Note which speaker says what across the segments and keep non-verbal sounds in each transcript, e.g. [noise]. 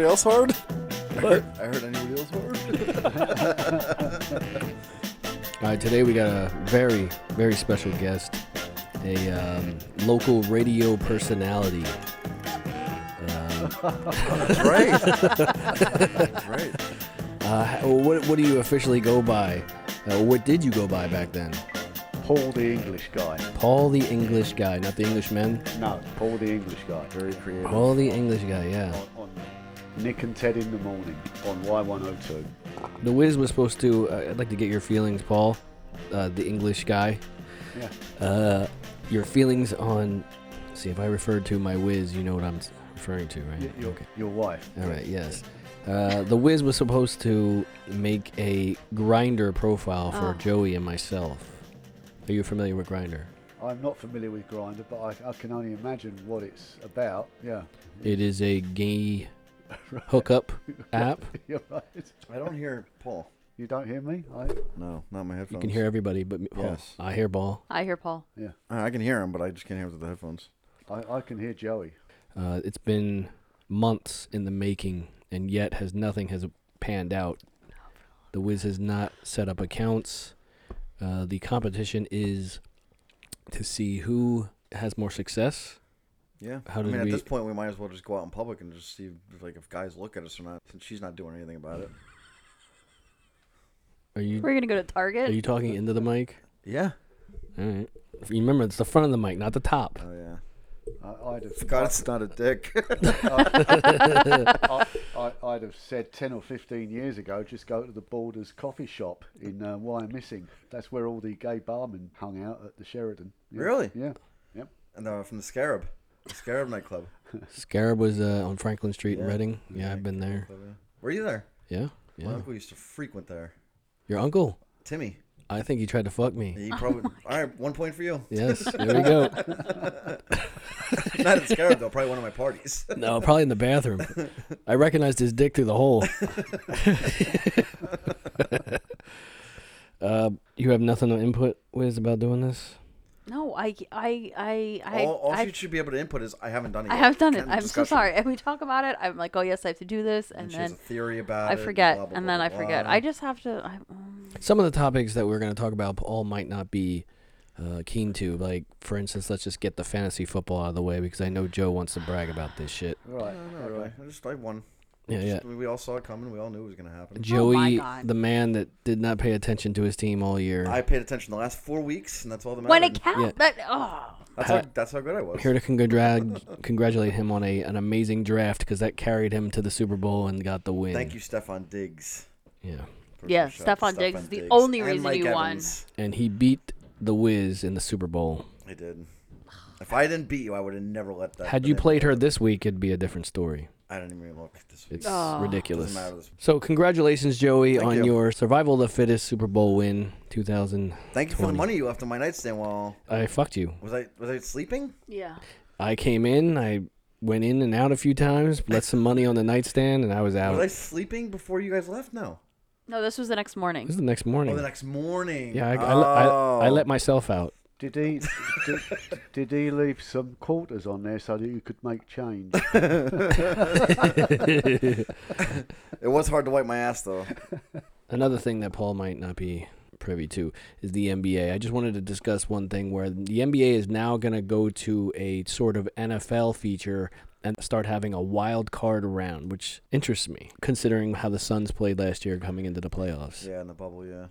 Speaker 1: else hard?
Speaker 2: heard, I heard anybody else word?
Speaker 3: All right, today we got a very, very special guest, a um, local radio personality.
Speaker 2: That's right. [laughs] That's right.
Speaker 3: Uh, h- what, what do you officially go by? Uh, what did you go by back then?
Speaker 4: Paul the English guy.
Speaker 3: Paul the English guy, not the Englishman.
Speaker 4: No, Paul the English guy.
Speaker 2: Very creative.
Speaker 3: Paul the English guy, yeah.
Speaker 4: On, on Nick and Ted in the morning on Y102.
Speaker 3: The Wiz was supposed to. Uh, I'd like to get your feelings, Paul, uh, the English guy.
Speaker 4: Yeah.
Speaker 3: Uh, your feelings on. See, if I referred to my Wiz, you know what I'm s- referring to, right?
Speaker 4: Y- your, your wife.
Speaker 3: All right, yes. Uh, the Wiz was supposed to make a grinder profile for
Speaker 5: Oh.
Speaker 3: Joey and myself. Are you familiar with Grinder?
Speaker 4: I'm not familiar with Grinder, but I, I can only imagine what it's about. Yeah. [laughs]
Speaker 3: It is a gay hookup app.
Speaker 4: [laughs] You're right.
Speaker 2: I don't hear Paul.
Speaker 4: You don't hear me? I,
Speaker 2: No, not my headphones.
Speaker 3: You can hear everybody, but me- Paul.
Speaker 2: Yes.
Speaker 3: I hear Paul.
Speaker 5: I hear Paul.
Speaker 4: yeah.
Speaker 2: Uh, I can hear him, but I just can't hear him through the headphones.
Speaker 4: I, I can hear Joey.
Speaker 3: Uh, it's been months in the making, and yet has nothing has panned out. The Wiz has not set up accounts. Uh, the competition is to see who has more success.
Speaker 2: Yeah.
Speaker 3: How
Speaker 2: I
Speaker 3: did
Speaker 2: mean, at
Speaker 3: we-
Speaker 2: this point, we might as well just go out in public and just see if, like if guys look at us or not. Since she's not doing anything about it.
Speaker 3: Are you
Speaker 5: We're gonna go to
Speaker 3: are
Speaker 5: Target.
Speaker 3: you talking into the mic?
Speaker 2: Yeah.
Speaker 3: All right. Remember, it's the front of the mic, not the top.
Speaker 2: Oh yeah.
Speaker 4: I, I'd, have,
Speaker 2: God, it's not a dick. [laughs]
Speaker 4: I, I, I'd have said 10 or 15 years ago, just go to the Borders coffee shop in uh, Wyomissing. That's where all the gay barmen hung out at the Sheridan. Yeah.
Speaker 2: Really?
Speaker 4: Yeah. Yep.
Speaker 2: no, from the Scarab, the Scarab nightclub.
Speaker 3: Scarab was uh, on Franklin Street in Reading. Yeah, I've been there.
Speaker 2: Club, yeah. Were you there?
Speaker 3: Yeah,
Speaker 2: My
Speaker 3: yeah.
Speaker 2: uncle used to frequent there.
Speaker 3: Your uncle.
Speaker 2: Timmy.
Speaker 3: I think he tried to fuck [laughs] me.
Speaker 2: He probably. all right, one point for you.
Speaker 3: Yes, there we go.
Speaker 2: [laughs] Not at Scarab though. Probably one of my parties.
Speaker 3: No, probably in the bathroom. I recognized his dick through the hole. [laughs] uh, you have nothing to input, Wiz, about doing this?
Speaker 5: No, I, I, I, I,
Speaker 2: all all
Speaker 5: I,
Speaker 2: you should be able to input is I haven't done it.
Speaker 5: I
Speaker 2: yet."
Speaker 5: have done it.
Speaker 2: End of
Speaker 5: I'm so
Speaker 2: discussion.
Speaker 5: sorry. And we talk about it. I'm like, oh yes, I have to do this, and,
Speaker 2: And she has
Speaker 5: then
Speaker 2: a theory about it.
Speaker 5: I
Speaker 2: and
Speaker 5: forget,
Speaker 2: blah, blah,
Speaker 5: and
Speaker 2: blah,
Speaker 5: then I
Speaker 2: blah,
Speaker 5: forget.
Speaker 2: blah.
Speaker 5: I just have to. I, um,
Speaker 3: Some of the topics that we're going to talk about, Paul might not be uh, keen to. Like, for instance, let's just get the fantasy football out of the way because I know Joe wants to brag about this shit.
Speaker 4: Right.
Speaker 2: No, not really. I just I won.
Speaker 3: Yeah, yeah.
Speaker 2: Just- we- we all saw it coming. We all knew it was going to happen.
Speaker 3: Joey,
Speaker 5: God.
Speaker 3: the man that did not pay attention to his team all year.
Speaker 2: I paid attention the last four weeks, and that's all that mattered.
Speaker 5: when it counts, that oh,
Speaker 2: that's, how, that's how good I was.
Speaker 3: Here to congra- congratulate him on a an amazing draft because that carried him to the Super Bowl and got the win.
Speaker 2: Thank you, Stefan Diggs.
Speaker 3: Yeah,
Speaker 2: for-
Speaker 5: Yeah,
Speaker 2: for shout out to
Speaker 5: Stefan Diggs, the
Speaker 2: Diggs.
Speaker 5: only
Speaker 2: And
Speaker 5: reason
Speaker 2: Mike
Speaker 5: you won.
Speaker 2: Evans.
Speaker 3: and he beat the Wiz in the Super Bowl.
Speaker 2: I did. If I didn't beat you, I would have never let that.
Speaker 3: Had you played her this week, it'd be a different story.
Speaker 2: I didn't even look this week.
Speaker 3: It's ridiculous.
Speaker 2: Doesn't matter this-
Speaker 3: So congratulations, Joey, on
Speaker 2: you.
Speaker 3: your survival of the fittest Super Bowl win, 2000.
Speaker 2: Thank you for the money you left on my nightstand. While
Speaker 3: I fucked you.
Speaker 2: was I was I sleeping?
Speaker 5: yeah.
Speaker 3: I came in. I went in and out a few times, left some money on the nightstand, and I was out.
Speaker 2: Was I sleeping before you guys left? No.
Speaker 5: No, this was the next
Speaker 3: It
Speaker 5: morning.
Speaker 3: was the next
Speaker 2: Oh,
Speaker 3: morning.
Speaker 2: the next morning.
Speaker 3: yeah, I, I,
Speaker 2: oh.
Speaker 3: I, I let myself out.
Speaker 4: Did he did, did he leave some quarters on there so that you could make
Speaker 2: [laughs]
Speaker 4: change?
Speaker 3: [laughs]
Speaker 2: It was hard to wipe my ass though.
Speaker 3: [laughs] Another thing that Paul might not be privy to is the NBA. I just wanted to discuss one thing where the NBA is now going to go to a sort of NFL feature and start having a wild card round, which interests me considering how the Suns played last year coming into the playoffs. Yeah,
Speaker 2: Yeah, in the bubble. Yeah.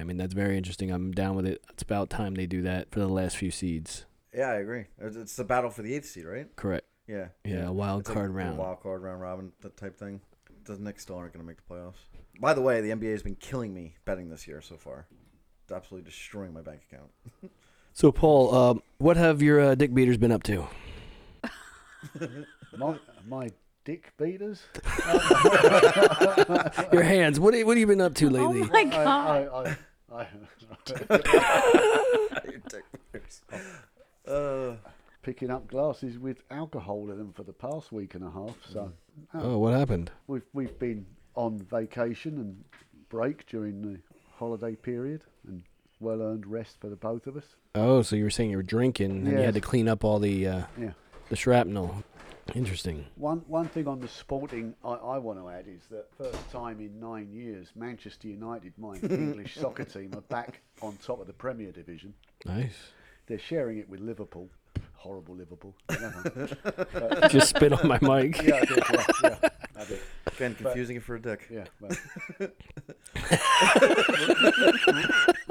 Speaker 3: I mean that's very interesting. I'm down with it. It's about time they do that for the last few seeds.
Speaker 2: Yeah, I agree. It's, it's the battle for the eighth seed, right?
Speaker 3: Correct.
Speaker 2: Yeah.
Speaker 3: Yeah, a wild
Speaker 2: It's like
Speaker 3: card
Speaker 2: a
Speaker 3: round.
Speaker 2: Wild card round robin that type thing. The Knicks still aren't going to make the playoffs. By the way, the NBA has been killing me betting this year so far. It's absolutely destroying my bank [laughs] account.
Speaker 3: So Paul, um, what have your uh, dick beaters been up to?
Speaker 4: my, my dick
Speaker 2: [laughs]
Speaker 4: beaters?
Speaker 3: Your hands. What have, what have you been up to lately?
Speaker 5: Oh my
Speaker 4: I,
Speaker 5: god. [laughs]
Speaker 4: I, I, [laughs] I,
Speaker 2: Uh,
Speaker 4: picking up glasses with alcohol in them for the past week and a half. So
Speaker 2: Mm.
Speaker 4: uh,
Speaker 3: oh, what happened?
Speaker 4: we've we've been on vacation and break during the holiday period and well earned rest for the both of us.
Speaker 3: Oh, so you were saying you were drinking and you
Speaker 4: Yeah.
Speaker 3: had to clean up all the uh,
Speaker 4: Yeah.
Speaker 3: the shrapnel. Interesting.
Speaker 4: One one thing on the sporting I, I want to add is that first time in nine years, Manchester United, my English soccer team, are back on top of the Premier Division.
Speaker 3: Nice.
Speaker 4: [laughs] They're sharing it with Liverpool. Horrible Liverpool. Never.
Speaker 3: Just spit on my mic.
Speaker 4: yeah, I did, yeah, yeah, I did.
Speaker 2: Again, confusing it for a dick.
Speaker 4: [laughs] Yeah. Well.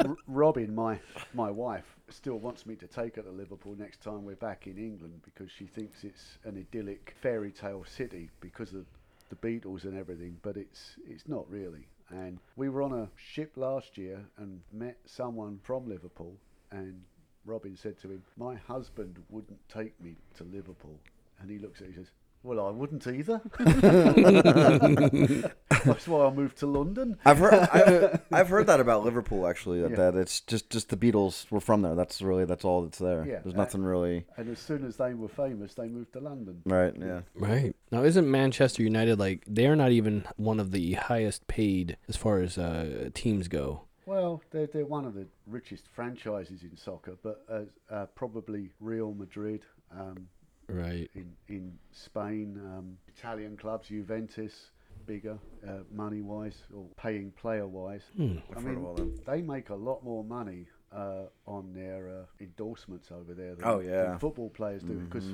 Speaker 4: R- Robin, my my wife, still wants me to take her to Liverpool next time we're back in England because she thinks it's an idyllic fairy tale city because of the Beatles and everything, but it's it's not really. And we were on a ship last year and met someone from Liverpool and Robin said to him, My husband wouldn't take me to Liverpool and he looks at me and says, Well I wouldn't either [laughs] That's why I moved to London.
Speaker 2: I've heard I've, [laughs] I've heard that about Liverpool actually that,
Speaker 4: Yeah.
Speaker 2: that it's just just the Beatles were from there. That's really that's all that's there.
Speaker 4: Yeah,
Speaker 2: There's
Speaker 4: uh,
Speaker 2: nothing really
Speaker 4: And as soon as they were famous, they moved to London.
Speaker 2: right. Yeah,
Speaker 3: Right. Now, isn't Manchester United like they're not even one of the highest paid as far as uh, teams go?
Speaker 4: Well, they're, they're one of the richest franchises in soccer, but uh, uh, probably Real Madrid um,
Speaker 3: Right.
Speaker 4: in, in Spain, um, Italian clubs, Juventus, bigger uh, money wise or paying player wise.
Speaker 2: I've
Speaker 4: I
Speaker 2: heard of all
Speaker 4: mean,
Speaker 2: them.
Speaker 4: they make a lot more money uh, on their uh, endorsements over there than,
Speaker 2: Oh,
Speaker 4: than
Speaker 2: yeah. Mm-hmm.
Speaker 4: football players do because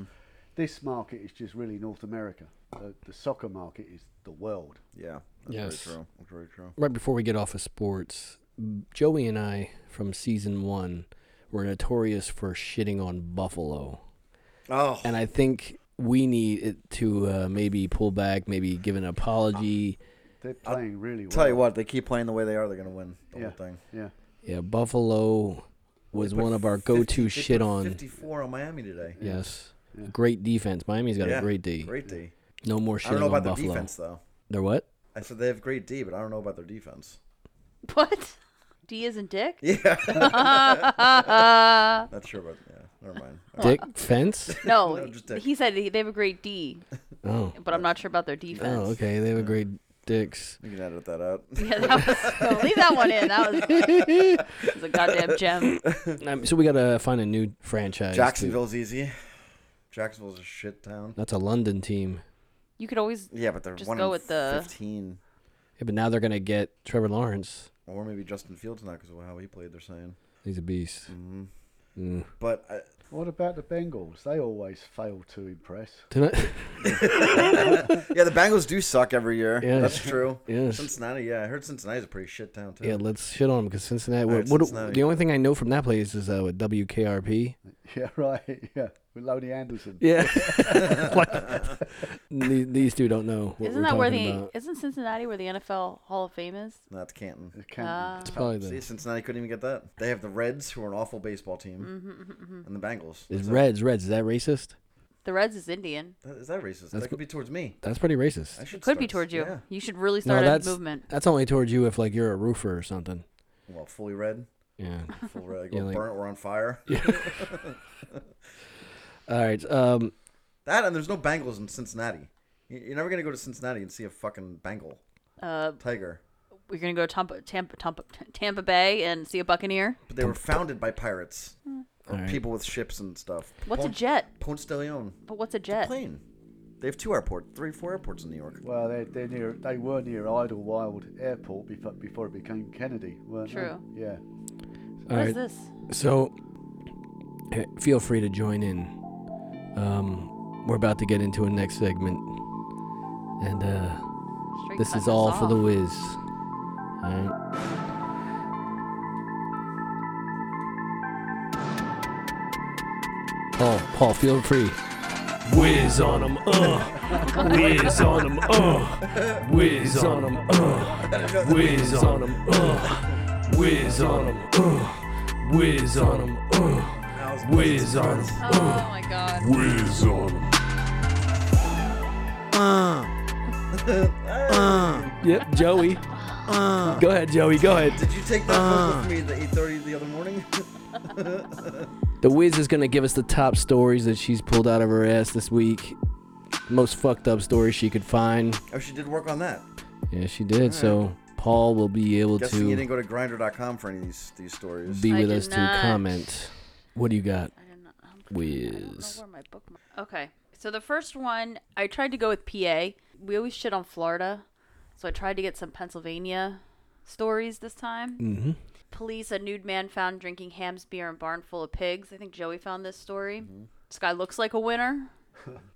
Speaker 4: this market is just really North America. The, the soccer market is the world.
Speaker 2: Yeah. That's
Speaker 3: Yes.
Speaker 2: very true. That's very true.
Speaker 3: Right before we get off of sports, Joey and I from season one were notorious for shitting on Buffalo.
Speaker 2: Oh,
Speaker 3: And I think we need it to uh, maybe pull back, maybe give an apology.
Speaker 4: They're playing really well.
Speaker 2: tell you what, they keep playing the way they are. They're gonna win the
Speaker 4: yeah,
Speaker 2: whole thing.
Speaker 4: Yeah.
Speaker 3: Yeah, Buffalo was
Speaker 2: Put
Speaker 3: one of our
Speaker 2: 50
Speaker 3: go
Speaker 2: they
Speaker 3: to shit
Speaker 2: put
Speaker 3: on.
Speaker 2: 54 on Miami today.
Speaker 3: Yes. Great defense. Miami's got
Speaker 2: Yeah,
Speaker 3: a great D.
Speaker 2: Great D.
Speaker 3: No more
Speaker 2: I
Speaker 3: shit
Speaker 2: don't know
Speaker 3: on
Speaker 2: about their
Speaker 3: Buffalo.
Speaker 2: defense though.
Speaker 3: They're what?
Speaker 2: I said they have great D, but I don't know about their defense.
Speaker 5: What? D isn't dick?
Speaker 2: Yeah. [laughs]
Speaker 5: Uh.
Speaker 2: Not sure about. Yeah. Never mind.
Speaker 3: Dick fence?
Speaker 2: [laughs]
Speaker 5: No,
Speaker 2: No, just dick.
Speaker 5: he said they they have a great D,
Speaker 3: Oh.
Speaker 5: but I'm not sure about their defense. [laughs]
Speaker 3: Oh, okay. They have a great dicks.
Speaker 2: You can edit that out.
Speaker 5: Yeah, that was, no, leave that one
Speaker 3: [laughs]
Speaker 5: in. That was, [laughs] that was a goddamn gem.
Speaker 3: Um, so we gotta find a new franchise. to-
Speaker 2: Jacksonville's easy. Jacksonville's a shit town.
Speaker 3: That's a London team.
Speaker 5: You could always
Speaker 2: Yeah, but they're
Speaker 5: Just
Speaker 2: one
Speaker 5: go
Speaker 2: in
Speaker 5: with the-
Speaker 2: 15.
Speaker 3: Yeah, but now they're gonna get Trevor Lawrence.
Speaker 2: Or maybe Justin Fields now because of how he played, they're saying.
Speaker 3: He's a beast. Mm.
Speaker 2: But uh, I,
Speaker 4: What about the Bengals? They always fail to impress. [laughs]
Speaker 3: Tonight,
Speaker 2: yeah, the Bengals do suck every year.
Speaker 3: [laughs] Yes.
Speaker 2: That's true.
Speaker 3: Yes.
Speaker 2: Cincinnati, yeah, I heard Cincinnati's a pretty shit town too.
Speaker 3: [laughs] yeah, let's shit on him because Cincinnati. What,
Speaker 2: right,
Speaker 3: what-
Speaker 2: Cincinnati.
Speaker 3: The only thing I know from that place is uh, what, WKRP.
Speaker 4: Yeah, right. [laughs] Yeah, with Loney Anderson.
Speaker 3: [laughs] Yeah. [laughs] these, these two don't know. What
Speaker 5: isn't
Speaker 3: we're
Speaker 5: that where
Speaker 3: talking
Speaker 5: the
Speaker 3: about.
Speaker 5: isn't Cincinnati where the NFL Hall of Fame is?
Speaker 2: That's Canton.
Speaker 4: The Canton.
Speaker 5: Ah.
Speaker 3: It's probably
Speaker 2: See,
Speaker 3: the
Speaker 2: Cincinnati couldn't even get that. They have the Reds, who are an awful baseball team,
Speaker 5: Mm-hmm,
Speaker 2: and the Bengals.
Speaker 3: is
Speaker 2: That's
Speaker 3: Reds. Reds is that racist?
Speaker 5: The Reds is Indian.
Speaker 2: That, is that racist? that could be towards me.
Speaker 3: That's pretty racist.
Speaker 2: I should
Speaker 5: It could be
Speaker 2: start-
Speaker 5: towards you.
Speaker 2: Yeah.
Speaker 5: You should really
Speaker 3: no,
Speaker 5: start a
Speaker 3: that's
Speaker 5: movement.
Speaker 3: that's only towards you if like you're a roofer or something.
Speaker 2: Well, fully red,
Speaker 5: [laughs]
Speaker 3: Yeah.
Speaker 2: full red.
Speaker 3: [laughs]
Speaker 2: Like,
Speaker 3: Yeah,
Speaker 2: we're
Speaker 3: like-
Speaker 2: burnt, we're on
Speaker 3: [laughs]
Speaker 2: fire.
Speaker 3: All right. Um.
Speaker 2: That and there's no Bengals in Cincinnati. You- You're never gonna go to Cincinnati and see a fucking Bengal
Speaker 5: Uh,
Speaker 2: tiger.
Speaker 5: we're gonna go to Tampa, Tampa, Tampa, Tampa Bay and see a Buccaneer.
Speaker 2: But they were founded by pirates or
Speaker 3: Alright.
Speaker 2: people with ships and stuff.
Speaker 5: What's a
Speaker 2: Ponce-
Speaker 5: jet?
Speaker 2: Ponce de Leon.
Speaker 5: But what's a jet?
Speaker 2: Plane. They have two airports, three, four airports in New York.
Speaker 4: Well, they're, they're near. They were near Idlewild Airport before before it became Kennedy, weren't
Speaker 5: True.
Speaker 4: they?
Speaker 3: All
Speaker 4: Yeah.
Speaker 5: What
Speaker 3: right.
Speaker 5: is this?
Speaker 3: So, eh, feel free to join in. Um, we're about to get into a next segment, and uh,
Speaker 5: Straight
Speaker 3: this
Speaker 5: cut
Speaker 3: is all for the
Speaker 5: off.
Speaker 3: whiz. All right. Paul, Paul, feel free.
Speaker 1: Whiz on 'em, uh. Whiz on 'em, uh. Whiz on 'em, uh. Whiz on 'em, uh. Whiz on 'em, uh. Whiz on 'em, uh. Whiz on 'em,
Speaker 5: Oh my god.
Speaker 1: Whiz on 'em.
Speaker 3: Uh. Yep, Joey. Go ahead, Joey. Go ahead.
Speaker 2: Did you take that photo
Speaker 3: Ah.
Speaker 2: with me at the 8:30 the other morning? [laughs]
Speaker 3: The Wiz is gonna give us the top stories that she's pulled out of her ass this week. Most fucked up stories she could find.
Speaker 2: oh, she did work on that.
Speaker 3: Yeah, she did. So Paul will be able
Speaker 2: Guessing you didn't
Speaker 3: to
Speaker 2: go to grinder.com for any of these these stories.
Speaker 3: be
Speaker 5: I
Speaker 3: with
Speaker 5: did
Speaker 3: us to
Speaker 5: not.
Speaker 3: comment. What do you got,
Speaker 5: I did not- I'm- I don't know
Speaker 3: Wiz?
Speaker 5: where my bookmark- Okay, So the first one, I tried to go with PA. We always shit on Florida, so I tried to get some Pennsylvania stories this time. Mm-hmm. Police: A nude man found drinking ham's beer in barn full of pigs. I think Joey found this story.
Speaker 3: Mm-hmm.
Speaker 5: This guy looks like a winner.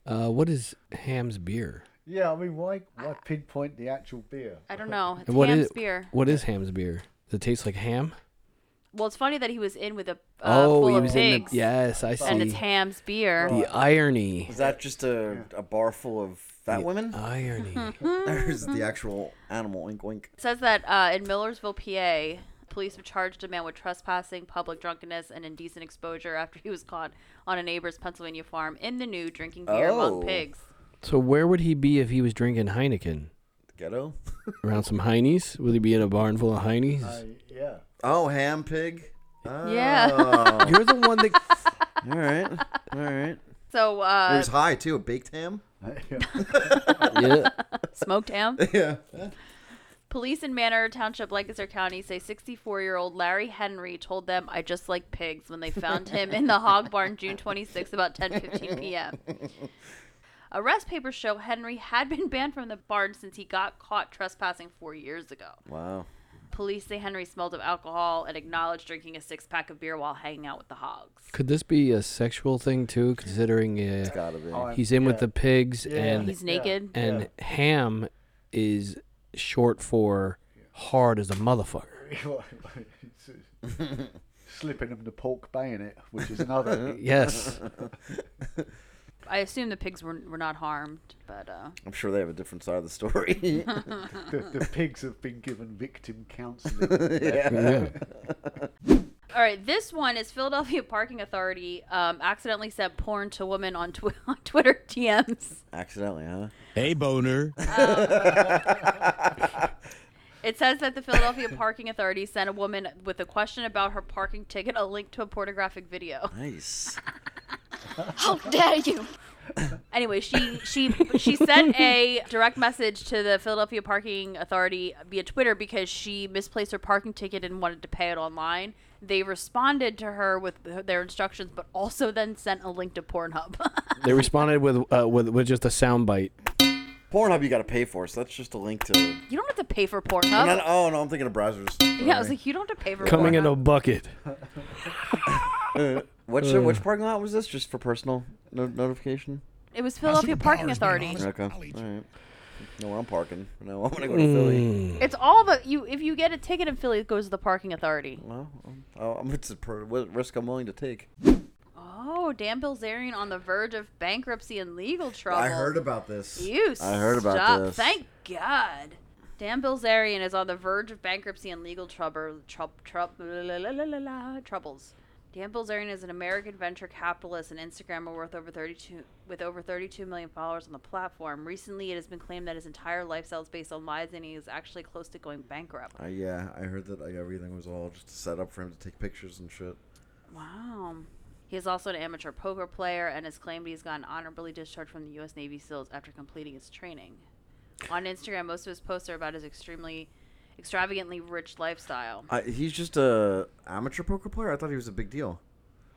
Speaker 3: Uh, what is Ham's beer?
Speaker 4: Yeah, I mean, why why pinpoint the actual beer?
Speaker 5: I don't know. It's
Speaker 3: And what
Speaker 5: ham's
Speaker 3: is-
Speaker 5: beer.
Speaker 3: What is Ham's beer? Does it taste like ham?
Speaker 5: Well, it's funny that he was in with a uh,
Speaker 3: oh,
Speaker 5: full
Speaker 3: he
Speaker 5: of
Speaker 3: was in
Speaker 5: pigs.
Speaker 3: the. Yes, I see.
Speaker 5: And it's ham's beer.
Speaker 3: the irony.
Speaker 2: Is that just a, a bar full of fat women?
Speaker 3: Uh.
Speaker 2: [laughs]
Speaker 3: Irony.
Speaker 2: Mm-hmm. There's the actual animal, wink wink.
Speaker 5: It says that uh, in Millersville, PA, police have charged a man with trespassing, public drunkenness, and indecent exposure after he was caught on a neighbor's Pennsylvania farm in the new drinking beer
Speaker 2: Oh.
Speaker 5: among pigs.
Speaker 3: so where would he be if he was drinking Heineken?
Speaker 2: Ghetto?
Speaker 3: Around some heinies? Would he be in a barn full of heinies?
Speaker 4: I, yeah. [laughs]
Speaker 2: Oh, ham
Speaker 3: [laughs]
Speaker 2: pig?
Speaker 3: Ah.
Speaker 2: Oh.
Speaker 5: Yeah. [laughs]
Speaker 3: You're the one that.
Speaker 2: all right. All right.
Speaker 5: So
Speaker 2: It
Speaker 5: uh,
Speaker 2: was high, too. A baked ham?
Speaker 3: yeah.
Speaker 5: smoked ham.
Speaker 2: Yeah.
Speaker 5: Police in Manor Township, Lancaster County, say 64-year-old Larry Henry told them, "I just like pigs." When they found him in the hog barn, June 26, about 10:15 p.m. Arrest papers show Henry had been banned from the barn since he got caught trespassing four years ago.
Speaker 2: [laughs] Wow.
Speaker 5: Police say Henry smelled of alcohol and acknowledged drinking a six pack of beer while hanging out with the hogs.
Speaker 3: Could this be a sexual thing too? Considering uh,
Speaker 2: Gotta be.
Speaker 4: I'm-
Speaker 3: he's in with
Speaker 4: yeah.
Speaker 3: the pigs and
Speaker 5: He's naked.
Speaker 3: and ham is short for hard as a motherfucker.
Speaker 4: Slipping him the pork bayonet, which is another.
Speaker 3: [laughs] Yes.
Speaker 5: I assume the pigs were, were not harmed, but uh,
Speaker 2: I'm sure they have a different side of the story. [laughs]
Speaker 4: the, the pigs have been given victim counselling.
Speaker 2: [laughs]
Speaker 3: yeah.
Speaker 5: all right. This one is Philadelphia Parking Authority um, accidentally sent porn to women on, tw- [laughs] on Twitter DMs.
Speaker 2: Accidentally, huh?
Speaker 6: Hey, boner.
Speaker 5: It says that the Philadelphia Parking Authority sent a woman with a question about her parking ticket a link to a pornographic video.
Speaker 2: Nice.
Speaker 7: How dare you!
Speaker 5: Anyway, she she she sent a direct message to the Philadelphia Parking Authority via Twitter because she misplaced her parking ticket and wanted to pay it online. They responded to her with their instructions, but also then sent a link to Pornhub. [laughs]
Speaker 3: They responded with uh, with with just a soundbite.
Speaker 2: Pornhub, you gotta pay for, so that's just a link to.
Speaker 5: you don't have to pay for
Speaker 2: I'm
Speaker 5: Pornhub.
Speaker 2: not- oh, no, I'm thinking of browsers.
Speaker 5: [laughs] yeah, I was like, you don't have to pay for
Speaker 3: Coming in
Speaker 5: Pornhub.
Speaker 3: a bucket.
Speaker 2: Which, uh, which parking lot was this? Just for personal no- notification?
Speaker 5: It was Philadelphia Parking Authority.
Speaker 2: Okay. All right. Know where I'm parking. No, [laughs] I'm gonna go to Philly.
Speaker 3: Hmm.
Speaker 5: It's all the you. If you get a ticket in Philly, it goes to the parking authority.
Speaker 2: Well, I'm, oh, I'm, it's a per- what risk I'm willing to take.
Speaker 5: Oh, Dan Bilzerian on the verge of bankruptcy and legal trouble.
Speaker 2: about this.
Speaker 5: You
Speaker 2: I heard about
Speaker 5: stop.
Speaker 2: this.
Speaker 5: Thank God. Dan Bilzerian is on the verge of bankruptcy and legal trouble, trub, trub, la, la, la, la, la, troubles. Dan Bilzerian is an American venture capitalist and Instagrammer worth over 32 with over 32 million followers on the platform. Recently, it has been claimed that his entire lifestyle is based on lies and he is actually close to going bankrupt.
Speaker 2: Uh, yeah, I heard that like everything was all just set up for him to take pictures and shit.
Speaker 5: Wow. He is also an amateur poker player and has claimed he's gotten honorably discharged from the U.S. Navy SEALs after completing his training. On Instagram, most of his posts are about his extremely extravagantly rich lifestyle.
Speaker 2: I, he's just a amateur poker player. I thought he was a big deal.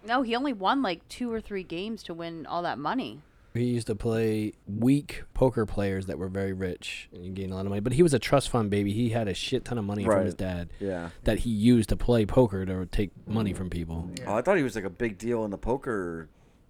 Speaker 5: No, he only won like two or three games to win all that money.
Speaker 3: He used to play weak poker players that were very rich and gained a lot of money. But he was a trust fund baby. He had a shit ton of money from his
Speaker 2: Right.
Speaker 3: dad.
Speaker 2: Yeah.
Speaker 3: That he used to play poker to take money from people.
Speaker 2: Oh, I thought he was like a big deal in the poker.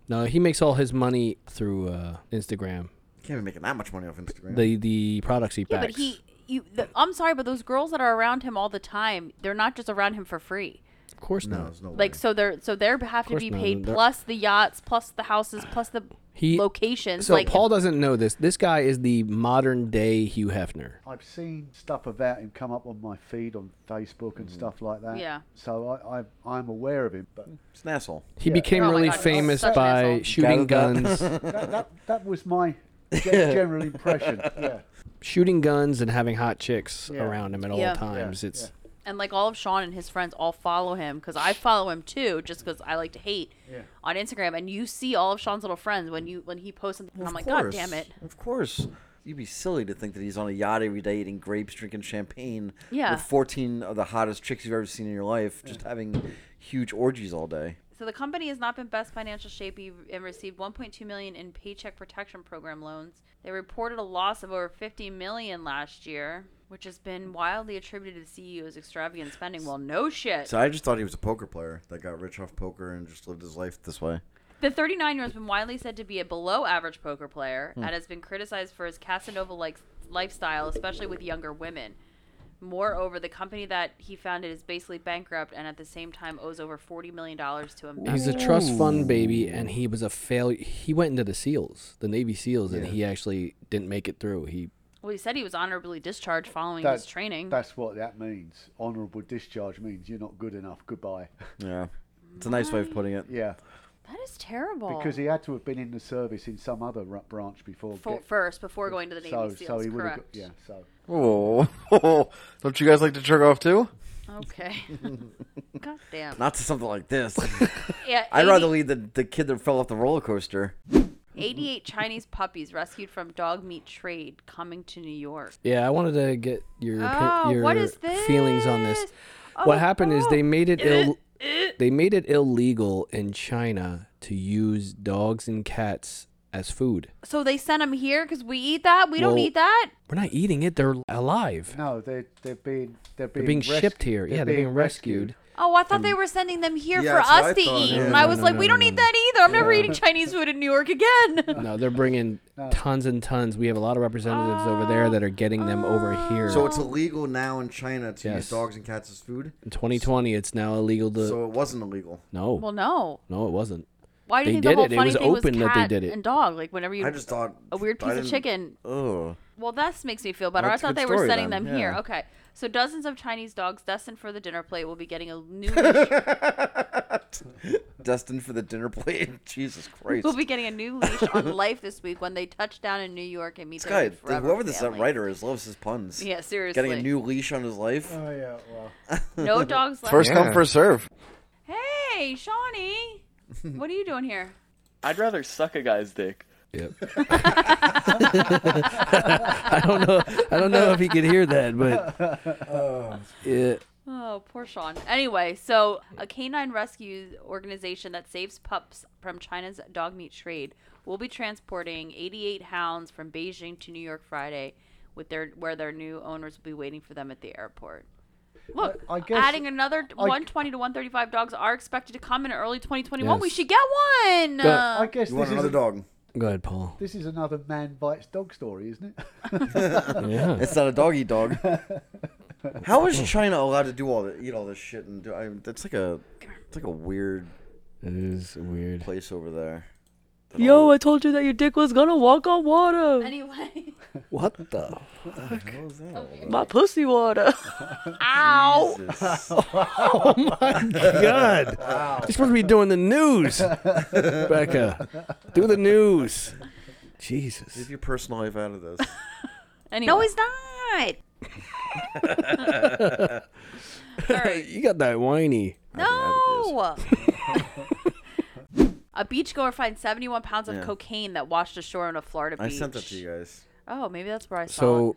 Speaker 3: No, he makes all his money through uh, Instagram.
Speaker 2: Can't be making that much money off Instagram.
Speaker 3: The the products he
Speaker 5: Yeah,
Speaker 3: backs.
Speaker 5: but he, you, the, I'm sorry, but those girls that are around him all the time, they're not just around him for free.
Speaker 3: of course
Speaker 2: no,
Speaker 3: not.
Speaker 2: there's no
Speaker 5: Like
Speaker 2: way.
Speaker 5: so, they're so they have to
Speaker 3: course
Speaker 5: be
Speaker 3: not,
Speaker 5: paid
Speaker 3: they're-
Speaker 5: plus the yachts, plus the houses, plus the
Speaker 3: He-
Speaker 5: locations.
Speaker 3: So
Speaker 5: like
Speaker 3: Paul doesn't know this. This guy is the modern day Hugh Hefner.
Speaker 4: [laughs] I've seen stuff about him come up on my feed on Facebook and stuff like that.
Speaker 5: Yeah.
Speaker 4: So I, I, I'm aware of him, but
Speaker 2: It's an asshole.
Speaker 3: He became
Speaker 5: Oh my
Speaker 3: really
Speaker 5: God, he's
Speaker 3: famous
Speaker 5: such an
Speaker 3: by
Speaker 5: asshole.
Speaker 3: shooting
Speaker 2: Gathered
Speaker 3: guns,
Speaker 4: [laughs] that, that, that was my ge- general impression. Yeah.
Speaker 3: shooting guns, and having hot chicks
Speaker 4: Yeah.
Speaker 3: around him at all
Speaker 5: Yeah.
Speaker 3: times. it's
Speaker 5: and like all of Sean and his friends all follow him because I follow him too, just because I like to hate
Speaker 4: Yeah.
Speaker 5: on Instagram. And you see all of Sean's little friends when you when he posts something.
Speaker 2: Well,
Speaker 5: I'm like,
Speaker 2: of
Speaker 5: God
Speaker 2: course.
Speaker 5: damn Oh it!
Speaker 2: Of course. You'd be silly to think that he's on a yacht every day eating grapes, drinking champagne
Speaker 5: Yeah.
Speaker 2: with 14 of the hottest chicks you've ever seen in your life, just having huge orgies all day.
Speaker 5: So So the company has not been best financial shape e- and received 1.2 million in paycheck protection program loans. They reported a loss of over 50 million last year, which has been wildly attributed to the CEO's extravagant spending. Well, no shit.
Speaker 2: So I just thought he was a poker player that got rich off poker and just lived his life this way.
Speaker 5: The 39 year old has been widely said to be a below average poker player
Speaker 2: Hmm.
Speaker 5: and has been criticized for his Casanova like lifestyle, especially with younger women. Moreover, the company that he founded is basically bankrupt and at the same time owes over $40 million to investors.
Speaker 3: He's a trust fund baby, and he was a failure. He went into the SEALs, the Navy SEALs, and he actually didn't make it through. He
Speaker 5: Well, he said he was honorably discharged following his
Speaker 4: That's
Speaker 5: training.
Speaker 4: That's what that means. Honourable discharge means you're not good enough. Goodbye. [laughs]
Speaker 2: Yeah. It's a nice way of putting it. [laughs]
Speaker 4: yeah,
Speaker 5: that is terrible.
Speaker 4: because he had to have been in the service in some other r- branch before.
Speaker 5: For,
Speaker 4: get-
Speaker 5: first, before going to the Navy
Speaker 4: so,
Speaker 5: SEALs,
Speaker 4: so he would have.
Speaker 5: correct.
Speaker 4: Got, yeah, so
Speaker 2: Oh, don't you guys like to jerk off too?
Speaker 4: [laughs]
Speaker 5: Okay. God damn.
Speaker 2: Not to something like [laughs] this.
Speaker 5: Yeah,
Speaker 2: I'd rather
Speaker 5: 80
Speaker 2: lead the, the kid that fell off the roller coaster.
Speaker 5: 88 Chinese puppies rescued from dog meat trade coming to New York.
Speaker 3: Yeah, I wanted to get your opi-
Speaker 5: Oh,
Speaker 3: your
Speaker 5: what is
Speaker 3: feelings on this.
Speaker 5: this?
Speaker 3: what
Speaker 5: Oh,
Speaker 3: happened is
Speaker 5: oh.
Speaker 3: they made it Ill- they made it illegal in China to use dogs and cats as food.
Speaker 5: So they sent them here because we eat that? We don't
Speaker 3: Well-
Speaker 5: eat that?
Speaker 3: We're not eating it; they're alive.
Speaker 4: no, they they're being they're being,
Speaker 3: They're being
Speaker 4: rescued-
Speaker 3: shipped here.
Speaker 4: they're
Speaker 3: yeah, they're being rescued.
Speaker 5: Oh, I thought they were sending them here
Speaker 2: um, Yeah,
Speaker 5: for
Speaker 2: that's what
Speaker 5: us
Speaker 2: I
Speaker 5: to
Speaker 2: thought,
Speaker 5: eat.
Speaker 2: yeah.
Speaker 5: And I
Speaker 2: No,
Speaker 5: was
Speaker 3: no,
Speaker 5: like,
Speaker 3: no,
Speaker 5: we
Speaker 3: no,
Speaker 5: don't
Speaker 3: no,
Speaker 5: eat that either. I'm never eating Chinese food in New
Speaker 2: [laughs]
Speaker 5: York again.
Speaker 3: No, they're bringing tons and tons. We have a lot of representatives over there that are getting them over here.
Speaker 2: Oh. So it's illegal now in China to
Speaker 3: Yes.
Speaker 2: use dogs and cats as food.
Speaker 3: in 2020, it's now illegal to.
Speaker 2: so it wasn't illegal.
Speaker 3: no,
Speaker 5: [laughs] well, no.
Speaker 3: no, it wasn't.
Speaker 5: Why do you
Speaker 3: They
Speaker 5: think the
Speaker 3: did
Speaker 5: whole
Speaker 3: it. It
Speaker 5: funny
Speaker 3: was
Speaker 5: thing
Speaker 3: open
Speaker 5: was
Speaker 3: that
Speaker 5: cat
Speaker 3: they did it.
Speaker 5: and dog? Like whenever you
Speaker 2: I just thought
Speaker 5: a weird
Speaker 2: I
Speaker 5: piece of
Speaker 2: didn't- Oh.
Speaker 5: chicken.
Speaker 2: Ugh.
Speaker 5: Well, this makes me feel better.
Speaker 2: That's a
Speaker 5: I thought
Speaker 2: good
Speaker 5: they were
Speaker 2: story
Speaker 5: sending
Speaker 2: then,
Speaker 5: them here.
Speaker 2: yeah.
Speaker 5: Okay. So dozens of Chinese dogs destined for the dinner plate will be getting a newly
Speaker 2: [laughs] Destined for the dinner plate. [laughs] Jesus [laughs] Christ.
Speaker 5: [laughs] will be getting a new leash
Speaker 2: [laughs]
Speaker 5: on life this week when they touch down in New York and meet
Speaker 2: this guy,
Speaker 5: their new forever
Speaker 2: whoever this uh,
Speaker 5: family.
Speaker 2: writer is, loves his puns.
Speaker 5: Yeah, seriously. Uh,
Speaker 2: Getting a new leash on his life.
Speaker 4: Oh yeah, well,
Speaker 2: [laughs]
Speaker 5: no dogs left.
Speaker 2: come, first serve.
Speaker 4: [laughs]
Speaker 5: Hey, Shawnee, what are you doing here?
Speaker 6: I'd rather suck a guy's dick.
Speaker 5: [laughs]
Speaker 3: Yep. [laughs] I don't know. I don't know if he could hear that, but yeah.
Speaker 5: Oh, poor Sean. Anyway, so a canine rescue organization that saves pups from China's dog meat trade will be transporting 88 hounds from Beijing to New York Friday, with their where their new owners will be waiting for them at the airport. Look,
Speaker 4: I guess-
Speaker 5: adding another 120 to 135 dogs are expected to come in early 2021. We
Speaker 3: Yes.
Speaker 5: should get one.
Speaker 3: Go-
Speaker 5: Uh,
Speaker 4: I guess
Speaker 2: You want
Speaker 4: this
Speaker 5: [laughs]
Speaker 2: another
Speaker 4: is
Speaker 2: dog?
Speaker 3: Go ahead, Paul.
Speaker 4: this is another man bites dog story, isn't it? [laughs]
Speaker 2: [laughs]
Speaker 3: Yeah.
Speaker 2: It's not a doggy dog. How [laughs] is China allowed to do all the eat all this shit and do? I, that's like a, it's like a weird
Speaker 3: It is
Speaker 2: [laughs]
Speaker 3: weird.
Speaker 2: place over there.
Speaker 8: Yo, I told you that your dick was gonna walk on water.
Speaker 5: anyway,
Speaker 3: [laughs] What the?
Speaker 8: My pussy water.
Speaker 5: ow.
Speaker 2: Jesus.
Speaker 3: Oh my God! You're supposed to be doing the news, Becca. Do the news. Jesus.
Speaker 2: Leave your personal life out of this.
Speaker 5: Anyway.
Speaker 8: No,
Speaker 4: [laughs]
Speaker 8: he's not.
Speaker 5: [laughs] All right.
Speaker 3: You got that whiny.
Speaker 5: No. [laughs] a beachgoer finds 71 pounds of
Speaker 2: Yeah.
Speaker 5: cocaine that washed ashore on a Florida
Speaker 2: I
Speaker 5: beach.
Speaker 2: sent that to you guys.
Speaker 5: Oh, maybe that's where I saw it.
Speaker 3: So,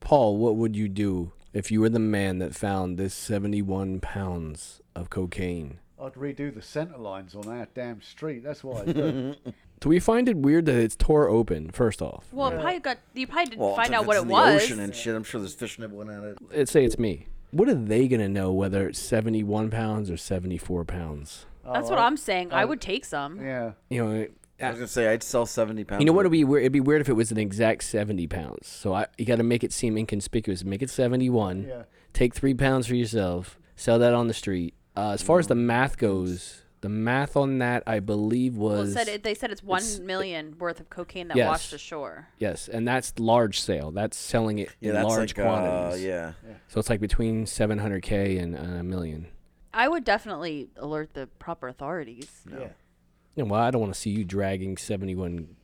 Speaker 3: Paul, what would you do if you were the man that found this 71 pounds of cocaine?
Speaker 4: I'd redo the centre lines on our damn street. That's what I do.
Speaker 3: Do we find it weird that it's tore open? First off,
Speaker 5: Well, it probably got you probably didn't
Speaker 2: Well,
Speaker 5: find
Speaker 2: if
Speaker 5: out what
Speaker 2: it's
Speaker 5: it
Speaker 2: in
Speaker 5: was.
Speaker 2: The ocean and shit. I'm sure there's fish nibbling at it.
Speaker 3: let's say it's me. What are they gonna know whether it's 71 pounds or 74 pounds?
Speaker 5: [laughs] that's what I'm saying. I would take some.
Speaker 4: Oh, Uh-huh. yeah.
Speaker 3: You know,
Speaker 2: I was gonna say I'd sell seventy pounds.
Speaker 3: you know what
Speaker 2: of
Speaker 3: would be weird? It'd be weird if it was an exact 70 pounds. So I, you got to make it seem inconspicuous. Make it 71.
Speaker 4: Yeah.
Speaker 3: Take three pounds for yourself. Sell that on the street. Uh, as far as the math goes, the math on that I believe
Speaker 5: Well, it
Speaker 3: was
Speaker 5: said it, they said it's one million worth of cocaine that
Speaker 3: Yes.
Speaker 5: washed ashore.
Speaker 3: Yes, and that's large sale. That's selling it
Speaker 2: Yeah,
Speaker 3: in
Speaker 2: that's
Speaker 3: large
Speaker 2: like, uh,
Speaker 3: quantities.
Speaker 2: yeah.
Speaker 3: So it's like between 700k and uh, a million.
Speaker 5: I would definitely alert the proper authorities.
Speaker 3: Yeah, well, I don't want to see you dragging 71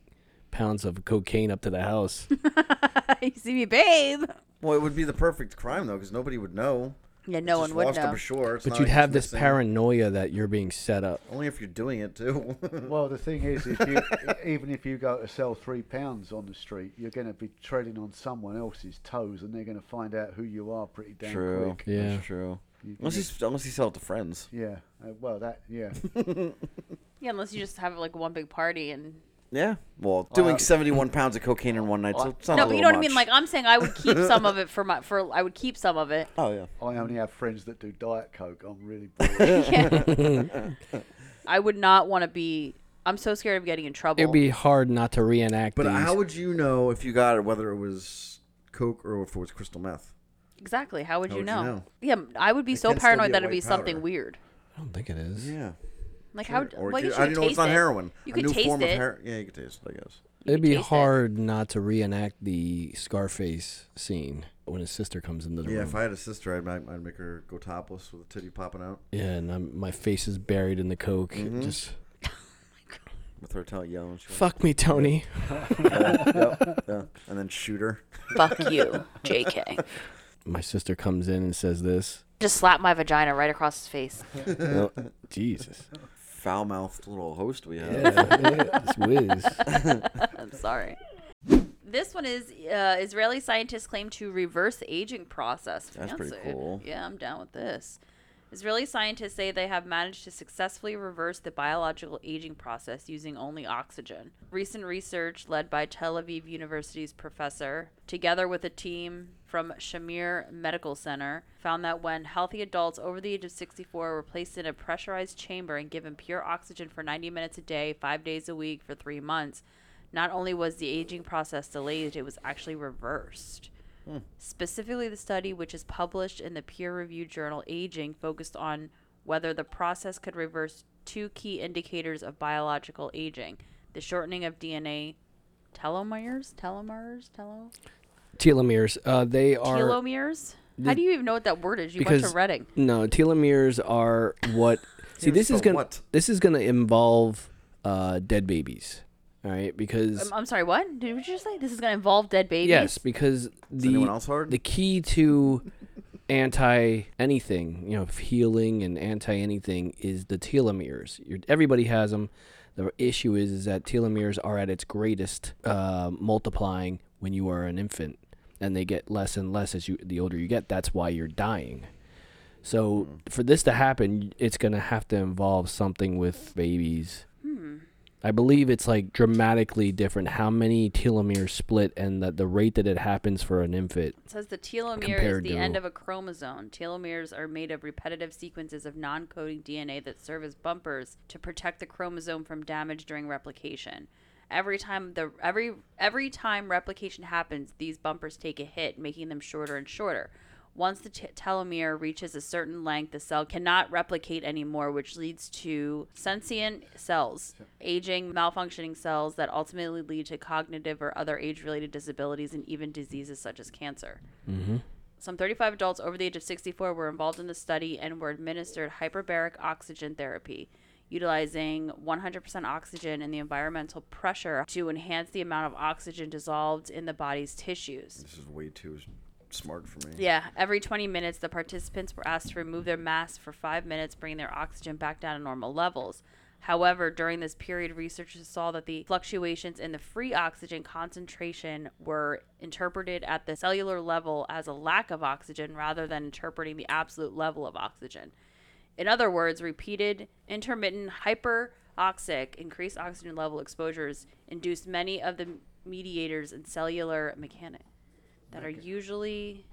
Speaker 3: pounds of cocaine up to
Speaker 2: [laughs]
Speaker 3: the house.
Speaker 5: [laughs] you see me, babe.
Speaker 2: Well, it would be the perfect crime though, because nobody would know.
Speaker 5: Yeah, no
Speaker 2: It's
Speaker 5: one
Speaker 2: just
Speaker 5: would
Speaker 2: washed
Speaker 5: know.
Speaker 2: Up ashore. It's
Speaker 3: but
Speaker 2: not
Speaker 3: you'd
Speaker 2: like
Speaker 3: have
Speaker 2: it's
Speaker 3: this
Speaker 2: missing.
Speaker 3: paranoia that you're being set up.
Speaker 2: Only if you're doing it too. [laughs]
Speaker 4: Well, the thing is, if you, [laughs] even if you go to sell three pounds on the street, you're going to be treading on someone else's toes, and they're going to find out who you are pretty damn quick.
Speaker 2: That's
Speaker 3: Yeah.
Speaker 2: true.
Speaker 4: You,
Speaker 2: Unless
Speaker 4: you-
Speaker 2: you, unless you sell it to friends.
Speaker 4: yeah. Uh, well, that yeah.
Speaker 5: Yeah, unless you just have like one big party and
Speaker 2: Yeah. Well, uh, doing
Speaker 4: Wow.
Speaker 2: 71 pounds of cocaine in one night. So it's not
Speaker 5: no,
Speaker 2: a
Speaker 5: but you know
Speaker 2: little
Speaker 5: what I mean.
Speaker 2: much.
Speaker 5: Like I'm saying, I would keep
Speaker 2: [laughs]
Speaker 5: some of it for my for I would keep some of it.
Speaker 2: Oh, yeah.
Speaker 4: I only have friends that do diet coke. I'm really bored.
Speaker 5: [laughs] I would not want to be. I'm so scared of getting in trouble.
Speaker 3: It'd be hard not to reenact
Speaker 2: But
Speaker 3: these.
Speaker 2: how would you know if you got it, whether it was coke or if it was crystal meth?
Speaker 5: exactly. How would,
Speaker 2: How
Speaker 5: you,
Speaker 2: would you
Speaker 5: know?
Speaker 2: know?
Speaker 5: Yeah, I would be
Speaker 2: It
Speaker 5: so
Speaker 2: can still be
Speaker 5: paranoid
Speaker 2: a
Speaker 5: that it'd be
Speaker 2: white
Speaker 5: something
Speaker 2: powder.
Speaker 5: weird.
Speaker 3: I don't think it is.
Speaker 2: Yeah.
Speaker 5: Like
Speaker 2: Sure.
Speaker 5: how?
Speaker 2: Or
Speaker 5: well,
Speaker 2: it
Speaker 5: you
Speaker 2: could-
Speaker 5: should
Speaker 2: I didn't know it's
Speaker 5: taste
Speaker 2: not
Speaker 5: it.
Speaker 2: heroin.
Speaker 5: You
Speaker 2: A
Speaker 5: could
Speaker 2: new
Speaker 5: taste
Speaker 2: form of
Speaker 5: it. [laughs]
Speaker 2: hero- yeah, you could taste it, I guess.
Speaker 5: You
Speaker 3: It'd
Speaker 5: could
Speaker 3: be
Speaker 5: taste it.
Speaker 3: hard not to reenact the Scarface scene when his sister comes into the
Speaker 2: Yeah,
Speaker 3: room.
Speaker 2: if I had a sister, I'd, ma- I'd make her go topless with a titty popping out
Speaker 3: yeah, and I'm, my face is buried in the coke.
Speaker 2: Mm-hmm.
Speaker 3: Just
Speaker 2: with her tail yelling. She
Speaker 3: fuck me, Tony.
Speaker 2: yep, yeah. And then shoot her.
Speaker 5: Fuck you, J.K.
Speaker 3: My sister comes in and
Speaker 2: [laughs]
Speaker 3: says this.
Speaker 5: Just slap my vagina right across his face. [laughs]
Speaker 3: Oh, Jesus, [laughs]
Speaker 2: Foul mouthed little host we have. [laughs]
Speaker 3: this whiz.
Speaker 5: I'm sorry. This one is uh, Israeli scientists claim to reverse aging process.
Speaker 2: That's pretty
Speaker 5: Fancy.
Speaker 2: cool.
Speaker 5: Yeah, I'm down with this. Israeli scientists say they have managed to successfully reverse the biological aging process using only oxygen. Recent research led by Tel Aviv University's professor, together with a team from Shamir Medical Center, found that when healthy adults over the age of 64 were placed in a pressurized chamber and given pure oxygen for 90 minutes a day, five days a week for three months, not only was the aging process delayed, it was actually reversed. Specifically, the study, which is published in the peer reviewed journal Aging, focused on whether the process could reverse two key indicators of biological aging the shortening of DNA telomeres, telomeres, telo-
Speaker 3: Telomeres. Uh, they are
Speaker 5: telomeres. How do you even know what that word is? You went to Reading.
Speaker 3: No, telomeres are
Speaker 2: [laughs]
Speaker 3: what. see,
Speaker 2: Here's
Speaker 3: this is
Speaker 2: the
Speaker 3: gonna
Speaker 2: what.
Speaker 3: this is gonna involve uh, dead babies. All right, because
Speaker 5: I'm, I'm sorry, what? Did you just say this is going to involve dead babies?
Speaker 3: yes, because the
Speaker 2: anyone else hard?
Speaker 3: the key to anti anything, you know, healing and anti anything is the telomeres. You're, everybody has them. The issue is, is that telomeres are at its greatest uh, multiplying when you are an infant, and they get less and less as you the older you get. That's why you're dying. So for this to happen, it's gonna have to involve something with babies. I believe it's like dramatically different how many telomeres split and that the rate that it happens for an infant.
Speaker 5: It says the telomere is
Speaker 3: Compared
Speaker 5: the
Speaker 3: to-
Speaker 5: end of a chromosome. Telomeres are made of repetitive sequences of non coding DNA that serve as bumpers to protect the chromosome from damage during replication. Every time the every every time replication happens, these bumpers take a hit, making them shorter and shorter. Once the t- telomere reaches a certain length, the cell cannot replicate anymore, which leads to sentient cells, aging, malfunctioning cells that ultimately lead to cognitive or other age related disabilities and even diseases such as cancer. Some 35 adults over the age of 64 were involved in the study and were administered hyperbaric oxygen therapy, utilizing 100% oxygen and the environmental pressure to enhance the amount of oxygen dissolved in the body's tissues.
Speaker 2: This is way too s- smart for me.
Speaker 5: Yeah, every 20 minutes, the participants were asked to remove their masks for five minutes, bringing their oxygen back down to normal levels. However, during this period, researchers saw that the fluctuations in the free oxygen concentration were interpreted at the cellular level as a lack of oxygen rather than interpreting the absolute level of oxygen. In other words, repeated intermittent hyperoxic increased oxygen level exposures induced many of the mediators in cellular mechanics that are usually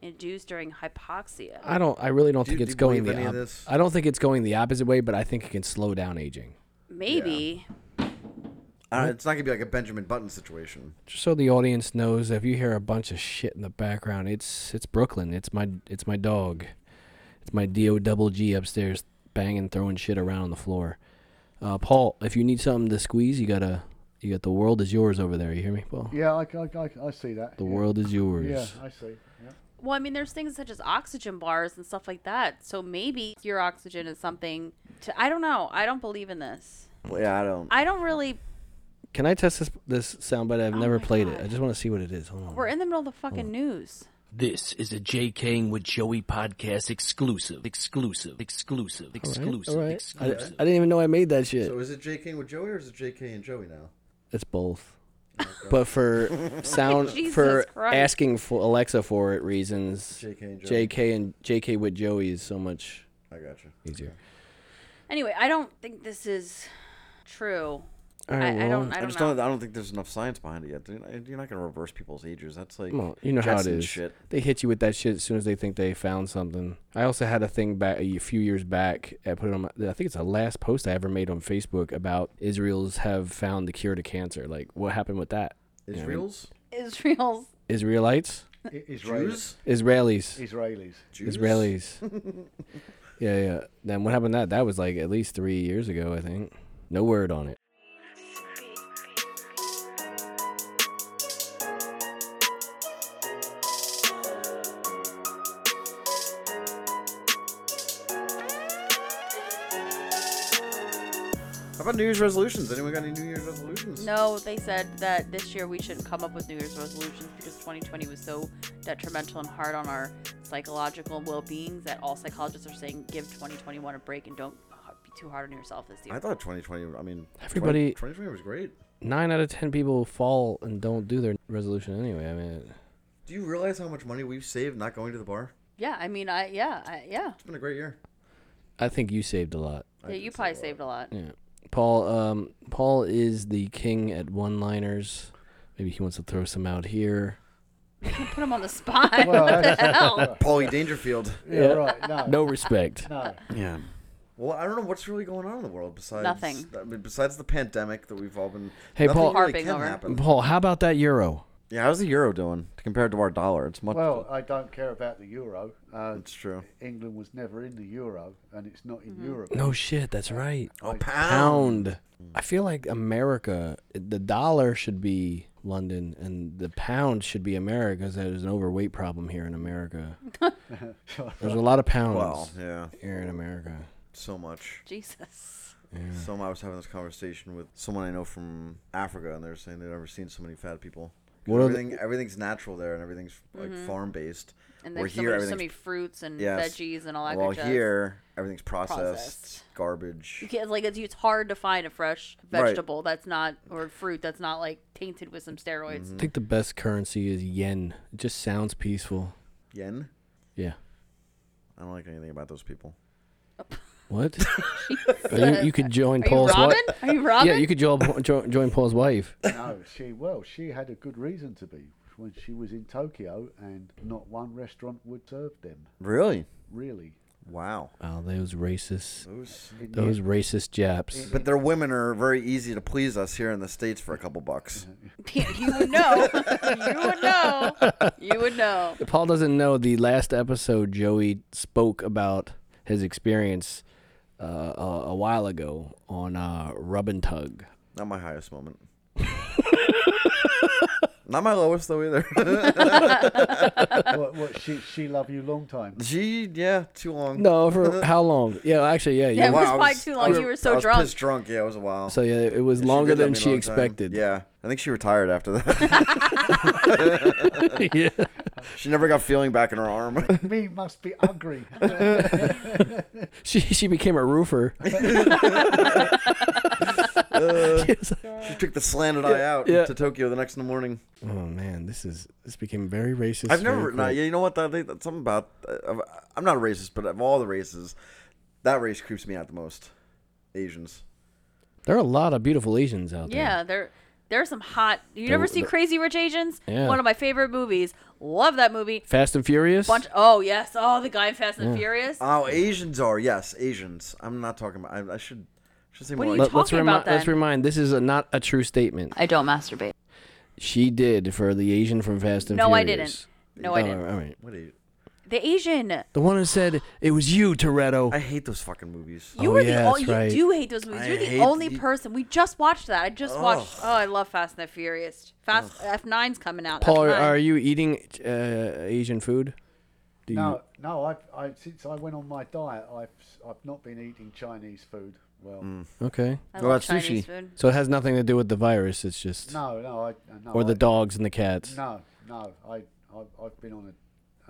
Speaker 5: induced during hypoxia.
Speaker 3: I don't I really don't
Speaker 2: Do you-
Speaker 3: think
Speaker 2: do
Speaker 3: it's
Speaker 2: you
Speaker 3: going
Speaker 2: believe
Speaker 3: the
Speaker 2: any of
Speaker 3: op-
Speaker 2: this?
Speaker 3: I don't think it's going the opposite way, but I think it can slow down aging.
Speaker 5: Maybe.
Speaker 2: Uh, it's not going to be like a Benjamin Button situation.
Speaker 3: Just so the audience knows, if you hear a bunch of shit in the background, it's it's Brooklyn. It's my it's my dog. It's my D O double G upstairs banging, throwing shit around on the floor. Uh, Paul, if you need something to squeeze, you gotta you got the world is yours over there. You hear me, Paul?
Speaker 4: yeah, I, I, I, I see that.
Speaker 3: The
Speaker 4: yeah.
Speaker 3: world is yours.
Speaker 4: Yeah, I see. Yeah.
Speaker 5: Well, I mean, there's things such as oxygen bars and stuff like that. So maybe your oxygen is something to. I don't know. I don't believe in this.
Speaker 2: Well, yeah, I don't.
Speaker 5: I don't really.
Speaker 3: Can I test this this soundbite? I've never played it. I just want to see what it is. Hold on.
Speaker 5: We're in the middle of the
Speaker 3: Oh.
Speaker 5: fucking news.
Speaker 1: This is a J. Kang with Joey podcast exclusive, exclusive, exclusive, exclusive,
Speaker 3: I, I
Speaker 1: exclusive.
Speaker 3: didn't even know I made that shit.
Speaker 2: So is it J. King with Joey or is it J. K. and Joey now?
Speaker 3: it's both. But for
Speaker 5: [laughs]
Speaker 3: sound
Speaker 5: Jesus
Speaker 3: for
Speaker 5: Christ.
Speaker 3: asking for Alexa for it reasons,
Speaker 2: JK and Joey.
Speaker 3: JK and JK with Joey is so much
Speaker 2: I got you.
Speaker 3: easier.
Speaker 5: Anyway, I don't think this is true.
Speaker 3: All
Speaker 5: I,
Speaker 3: right,
Speaker 5: I
Speaker 3: well,
Speaker 5: don't. I
Speaker 2: I
Speaker 5: don't
Speaker 2: just
Speaker 5: know.
Speaker 2: don't. I don't think there's enough science behind it yet. You're not- You're not gonna reverse people's ages. That's like
Speaker 3: Well, you know how
Speaker 2: Jetson
Speaker 3: it is.
Speaker 2: Shit.
Speaker 3: They hit you with that shit as soon as they think they found something. I also had a thing back a few years back. I put it on. My, I think it's the last post I ever made on Facebook about Israel's have found the cure to cancer. Like, what happened with that? You know what I mean?
Speaker 2: Israel's
Speaker 5: [laughs] Israel's
Speaker 3: Israelites,
Speaker 4: I- Israelis.
Speaker 2: Jews.
Speaker 3: Israelis,
Speaker 4: Israelis.
Speaker 2: Jews?
Speaker 3: Israelis. yeah, yeah. Then what happened? to That that was like at least three years ago, I think. No word on it.
Speaker 2: How about New Year's resolutions? Anyone got any New Year's resolutions?
Speaker 5: No, they said that this year we should come up with New Year's resolutions because 2020 was so detrimental and hard on our psychological well being that all psychologists are saying give 2021 a break and don't h- be too hard on yourself this
Speaker 2: I
Speaker 5: year.
Speaker 2: thought 2020. I mean, 20,
Speaker 3: Everybody-
Speaker 2: 2020 was great.
Speaker 3: Nine out of ten people fall and don't do their resolution anyway. I mean,
Speaker 2: Do you realize how much money we've saved not going to the bar?
Speaker 5: Yeah, I mean, I yeah, I, yeah.
Speaker 2: It's been a great year.
Speaker 3: I think you saved a lot.
Speaker 5: yeah you probably saved
Speaker 2: [laughs]
Speaker 5: a lot.
Speaker 3: Yeah. Paul um Paul is the king at one-liners. Maybe he wants to throw some out here.
Speaker 5: Put him on the spot. what the
Speaker 2: [laughs]
Speaker 5: hell?
Speaker 2: Paulie Dangerfield.
Speaker 4: Yeah,
Speaker 3: Yeah.
Speaker 4: right.
Speaker 3: [laughs]
Speaker 4: No.
Speaker 3: No respect.
Speaker 4: No.
Speaker 2: Yeah. Well, I don't know what's really going on in the world besides
Speaker 5: Nothing.
Speaker 2: I mean, besides the pandemic that we've all been.
Speaker 3: Hey,
Speaker 2: nothing
Speaker 3: Paul-
Speaker 2: really
Speaker 5: Harping
Speaker 2: can
Speaker 5: over.
Speaker 2: happen.
Speaker 3: Paul, how about that euro?
Speaker 2: Yeah, how's the euro doing compared to our dollar? It's much.
Speaker 4: Well, I don't care about the euro. Uh,
Speaker 2: it's true.
Speaker 4: England was never in the euro, and it's not in Europe.
Speaker 3: No shit, that's right.
Speaker 2: Oh, pound.
Speaker 3: Pound. I feel like America, the dollar should be London and the pound should be America because there's an overweight problem here in America. there's a lot of pounds
Speaker 2: Well, yeah,
Speaker 3: here in America.
Speaker 2: so much.
Speaker 5: Jesus.
Speaker 2: So I was having this conversation with someone I know from Africa, and they were saying they've never seen so many fat people. 'Cause
Speaker 3: What are the-
Speaker 2: everything, everything's natural there, and everything's like farm based.
Speaker 5: Mm-hmm. And
Speaker 2: We're
Speaker 5: there's so,
Speaker 2: here,
Speaker 5: many, so
Speaker 2: everything's
Speaker 5: many fruits and
Speaker 2: Yes.
Speaker 5: veggies and all that
Speaker 2: well,
Speaker 5: good jazz.
Speaker 2: here everything's processed,
Speaker 5: Processed.
Speaker 2: garbage.
Speaker 5: You can't, like it's, it's hard to find a fresh
Speaker 2: Right.
Speaker 5: vegetable that's not or fruit that's not like tainted with some steroids.
Speaker 2: Mm-hmm. Hmm.
Speaker 3: I think the best currency is yen. It just sounds peaceful.
Speaker 2: Yen.
Speaker 3: Yeah.
Speaker 2: I don't like anything about those people.
Speaker 3: What? you, you could join
Speaker 5: Are you
Speaker 3: Paul's
Speaker 5: Robin?
Speaker 3: wife.
Speaker 5: Are you Robin?
Speaker 3: Yeah, you could join, join, join Paul's wife.
Speaker 2: [coughs]
Speaker 4: No, she well, she had a good reason to be when she was in Tokyo, and not one restaurant would serve them.
Speaker 2: Really? [laughs]
Speaker 4: Really,
Speaker 2: Wow.
Speaker 3: Wow, those racist,
Speaker 2: Those.
Speaker 4: In-
Speaker 3: those racist Japs.
Speaker 2: But their women are very easy to please us here in the states for a couple bucks.
Speaker 3: Mm-hmm.
Speaker 5: you would know. you would know. You would know.
Speaker 3: Paul doesn't know the last episode Joey spoke about his experience uh, a, a while ago on uh, Rub and Tug.
Speaker 2: Not my highest
Speaker 3: [laughs]
Speaker 2: moment. Not my lowest though either. [laughs]
Speaker 4: what, what, she she love you long
Speaker 2: [laughs]
Speaker 4: time.
Speaker 2: Gee, yeah, too long. [laughs]
Speaker 3: No, for how long? Yeah, actually, yeah.
Speaker 5: Yeah,
Speaker 3: you-
Speaker 5: it was
Speaker 2: I
Speaker 5: probably too long.
Speaker 2: I
Speaker 5: You were so
Speaker 2: I was
Speaker 5: drunk.
Speaker 2: pissed drunk. Yeah, it was a while.
Speaker 3: So yeah, it was
Speaker 2: Yeah, she
Speaker 3: longer
Speaker 2: did let
Speaker 3: than
Speaker 2: me
Speaker 3: she
Speaker 2: long time.
Speaker 3: expected.
Speaker 2: Yeah, I think she retired after that. [laughs]
Speaker 3: [laughs] yeah.
Speaker 2: she never got feeling back in her
Speaker 3: [laughs]
Speaker 2: arm. [laughs]
Speaker 4: Me must be ugly.
Speaker 3: She she became
Speaker 2: [laughs]
Speaker 3: a roofer. She was like,
Speaker 2: she took the slanted eye out
Speaker 3: yeah.
Speaker 2: to Tokyo the next in the morning.
Speaker 3: oh man, this is this became very racist.
Speaker 2: I've
Speaker 3: very
Speaker 2: never,
Speaker 3: quick.
Speaker 2: nah, yeah, you know what? I think that's something about. Uh, I'm not a racist, but of all the races, that race creeps me out the most. Asians.
Speaker 3: There are a lot of beautiful Asians out there.
Speaker 5: Yeah, there there are some hot. You never see
Speaker 3: the-
Speaker 5: Crazy Rich Asians?
Speaker 3: Yeah.
Speaker 5: One of my favorite movies. Love that movie.
Speaker 3: Fast and Furious.
Speaker 5: Bunch. Oh yes. Oh, the guy in Fast and the Furious.
Speaker 2: Oh, Asians are yes, Asians. I'm not talking about. I, I should should say
Speaker 5: What
Speaker 2: more.
Speaker 5: do you
Speaker 2: like-
Speaker 5: talking
Speaker 3: let's remind
Speaker 5: about
Speaker 3: let's
Speaker 5: then?
Speaker 3: remind this is a, not a true statement.
Speaker 5: I don't masturbate.
Speaker 3: She did for the Asian from Fast and
Speaker 5: No, I
Speaker 3: Furious.
Speaker 5: didn't. No, I
Speaker 3: Oh,
Speaker 5: didn't.
Speaker 3: All right.
Speaker 2: what a-
Speaker 5: The Asian.
Speaker 3: The one who said it was you, Toretto.
Speaker 2: I hate those fucking movies.
Speaker 5: You
Speaker 3: Oh,
Speaker 5: were
Speaker 3: yeah,
Speaker 5: the
Speaker 3: that's
Speaker 5: only.
Speaker 3: right.
Speaker 5: You do hate those movies.
Speaker 2: I
Speaker 5: You're the
Speaker 2: hate
Speaker 5: only
Speaker 2: the-
Speaker 5: person. We just watched that. I just watched. Oh, I love Fast and the Furious. Fast F9's coming out.
Speaker 3: Paul, are,
Speaker 5: F9.
Speaker 3: are you eating uh, Asian food? Do you?
Speaker 4: no, no. I've I since I went on my diet, I've s- I've not been eating Chinese food. Well,
Speaker 2: Mm.
Speaker 3: Okay.
Speaker 5: I
Speaker 2: What
Speaker 5: love
Speaker 2: about sushi?
Speaker 5: Chinese food.
Speaker 3: So it has nothing to do with the virus. It's just
Speaker 4: no, no. I no,
Speaker 3: or the
Speaker 4: I-
Speaker 3: dogs and the cats.
Speaker 4: No, no. I, I I've been on a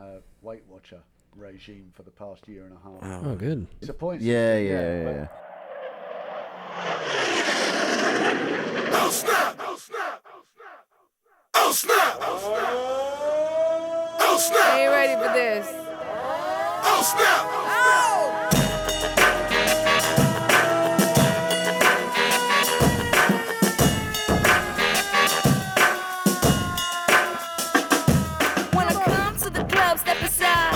Speaker 4: uh, Weight Watcher regime for the past year and a half.
Speaker 3: Oh, good.
Speaker 4: It's a point.
Speaker 2: Yeah, yeah, yeah,
Speaker 4: but
Speaker 2: yeah.
Speaker 9: I ain't ready for this. Oh snap!
Speaker 10: When I come to the club, step aside.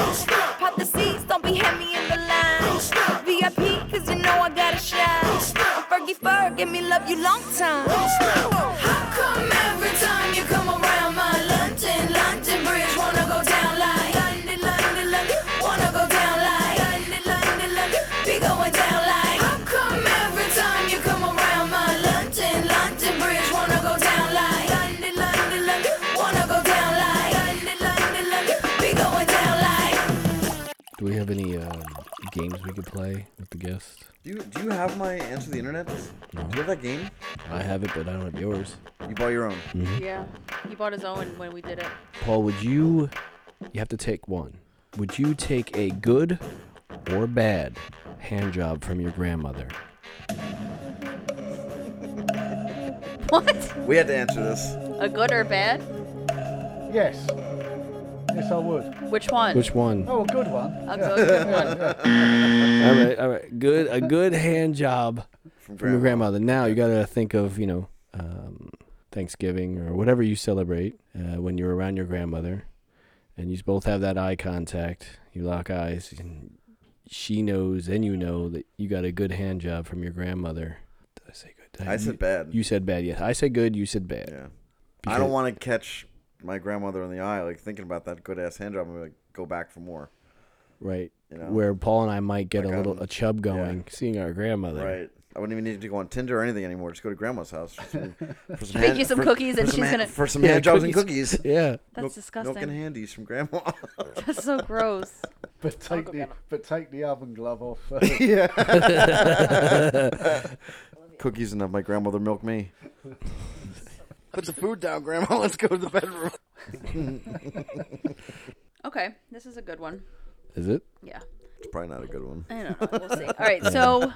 Speaker 10: Pop the seats, don't be heavy in the line. VIP, cause you know I gotta shine. I'm Fergie Ferg, give me love you long time.
Speaker 9: How come every time you come around my London, London Bridge wanna go down like London, London, London, wanna go down like London, London, London, be going down like. How come every time you come around my London, London Bridge wanna go down like London, London, London, wanna go down like London, London, London, be going down like.
Speaker 3: Do we have any uh, games we could play with the guests?
Speaker 2: Do you, do you have my answer to the internet? Do you have that game?
Speaker 3: I have it, but I don't have yours.
Speaker 2: You bought your own.
Speaker 5: Yeah. He bought his own when we did it.
Speaker 3: Paul, would you? You have to take one. Would you take a good or bad hand job from your grandmother?
Speaker 5: What?
Speaker 2: We had to answer this.
Speaker 5: A good or bad?
Speaker 4: Yes. Yes, I would.
Speaker 5: Which one?
Speaker 3: Which one?
Speaker 4: Oh, a good one.
Speaker 5: A
Speaker 4: Yeah.
Speaker 5: good, good one.
Speaker 2: Mm.
Speaker 3: All right, all right. Good, a good hand job from, your grandmother. Now you got to think of you know um, Thanksgiving or whatever you celebrate uh, when you're around your grandmother, and you both have that eye contact. You lock eyes, and she knows and you know that you got a good hand job from your grandmother. Did I say good?
Speaker 2: I
Speaker 3: You-
Speaker 2: said bad.
Speaker 3: You said bad. Yes, I said good. You said bad.
Speaker 2: yeah. I don't want to catch my grandmother in the eye, like thinking about that good ass hand job. I'm like, go back for more.
Speaker 3: Right.
Speaker 2: You know?
Speaker 3: Where Paul and I might get
Speaker 2: Like,
Speaker 3: a little
Speaker 2: I'm-
Speaker 3: a chub going, seeing our grandmother.
Speaker 2: Right. I wouldn't even need to go on Tinder or anything anymore. Just go to grandma's house. For
Speaker 3: [laughs]
Speaker 2: some, for some
Speaker 5: Make you some cookies
Speaker 2: for
Speaker 5: and
Speaker 2: some
Speaker 5: she's
Speaker 2: ha-
Speaker 5: gonna-
Speaker 2: for some
Speaker 3: Yeah,
Speaker 2: hand jobs and
Speaker 3: cookies.
Speaker 2: cookies.
Speaker 3: Yeah.
Speaker 5: That's
Speaker 2: Milk- Milk and
Speaker 5: disgusting.
Speaker 2: handies from
Speaker 5: [laughs]
Speaker 2: grandma.
Speaker 5: That's so gross.
Speaker 4: But take the but take the oven glove [laughs] off. Uh,
Speaker 2: cookies enough. My grandmother milked me. Put the food down, grandma. [laughs] Let's go to the bedroom.
Speaker 5: Okay, this is a good one.
Speaker 3: Is it?
Speaker 5: Yeah.
Speaker 2: It's probably not a good one.
Speaker 5: I don't know. [laughs] We'll see. All right, so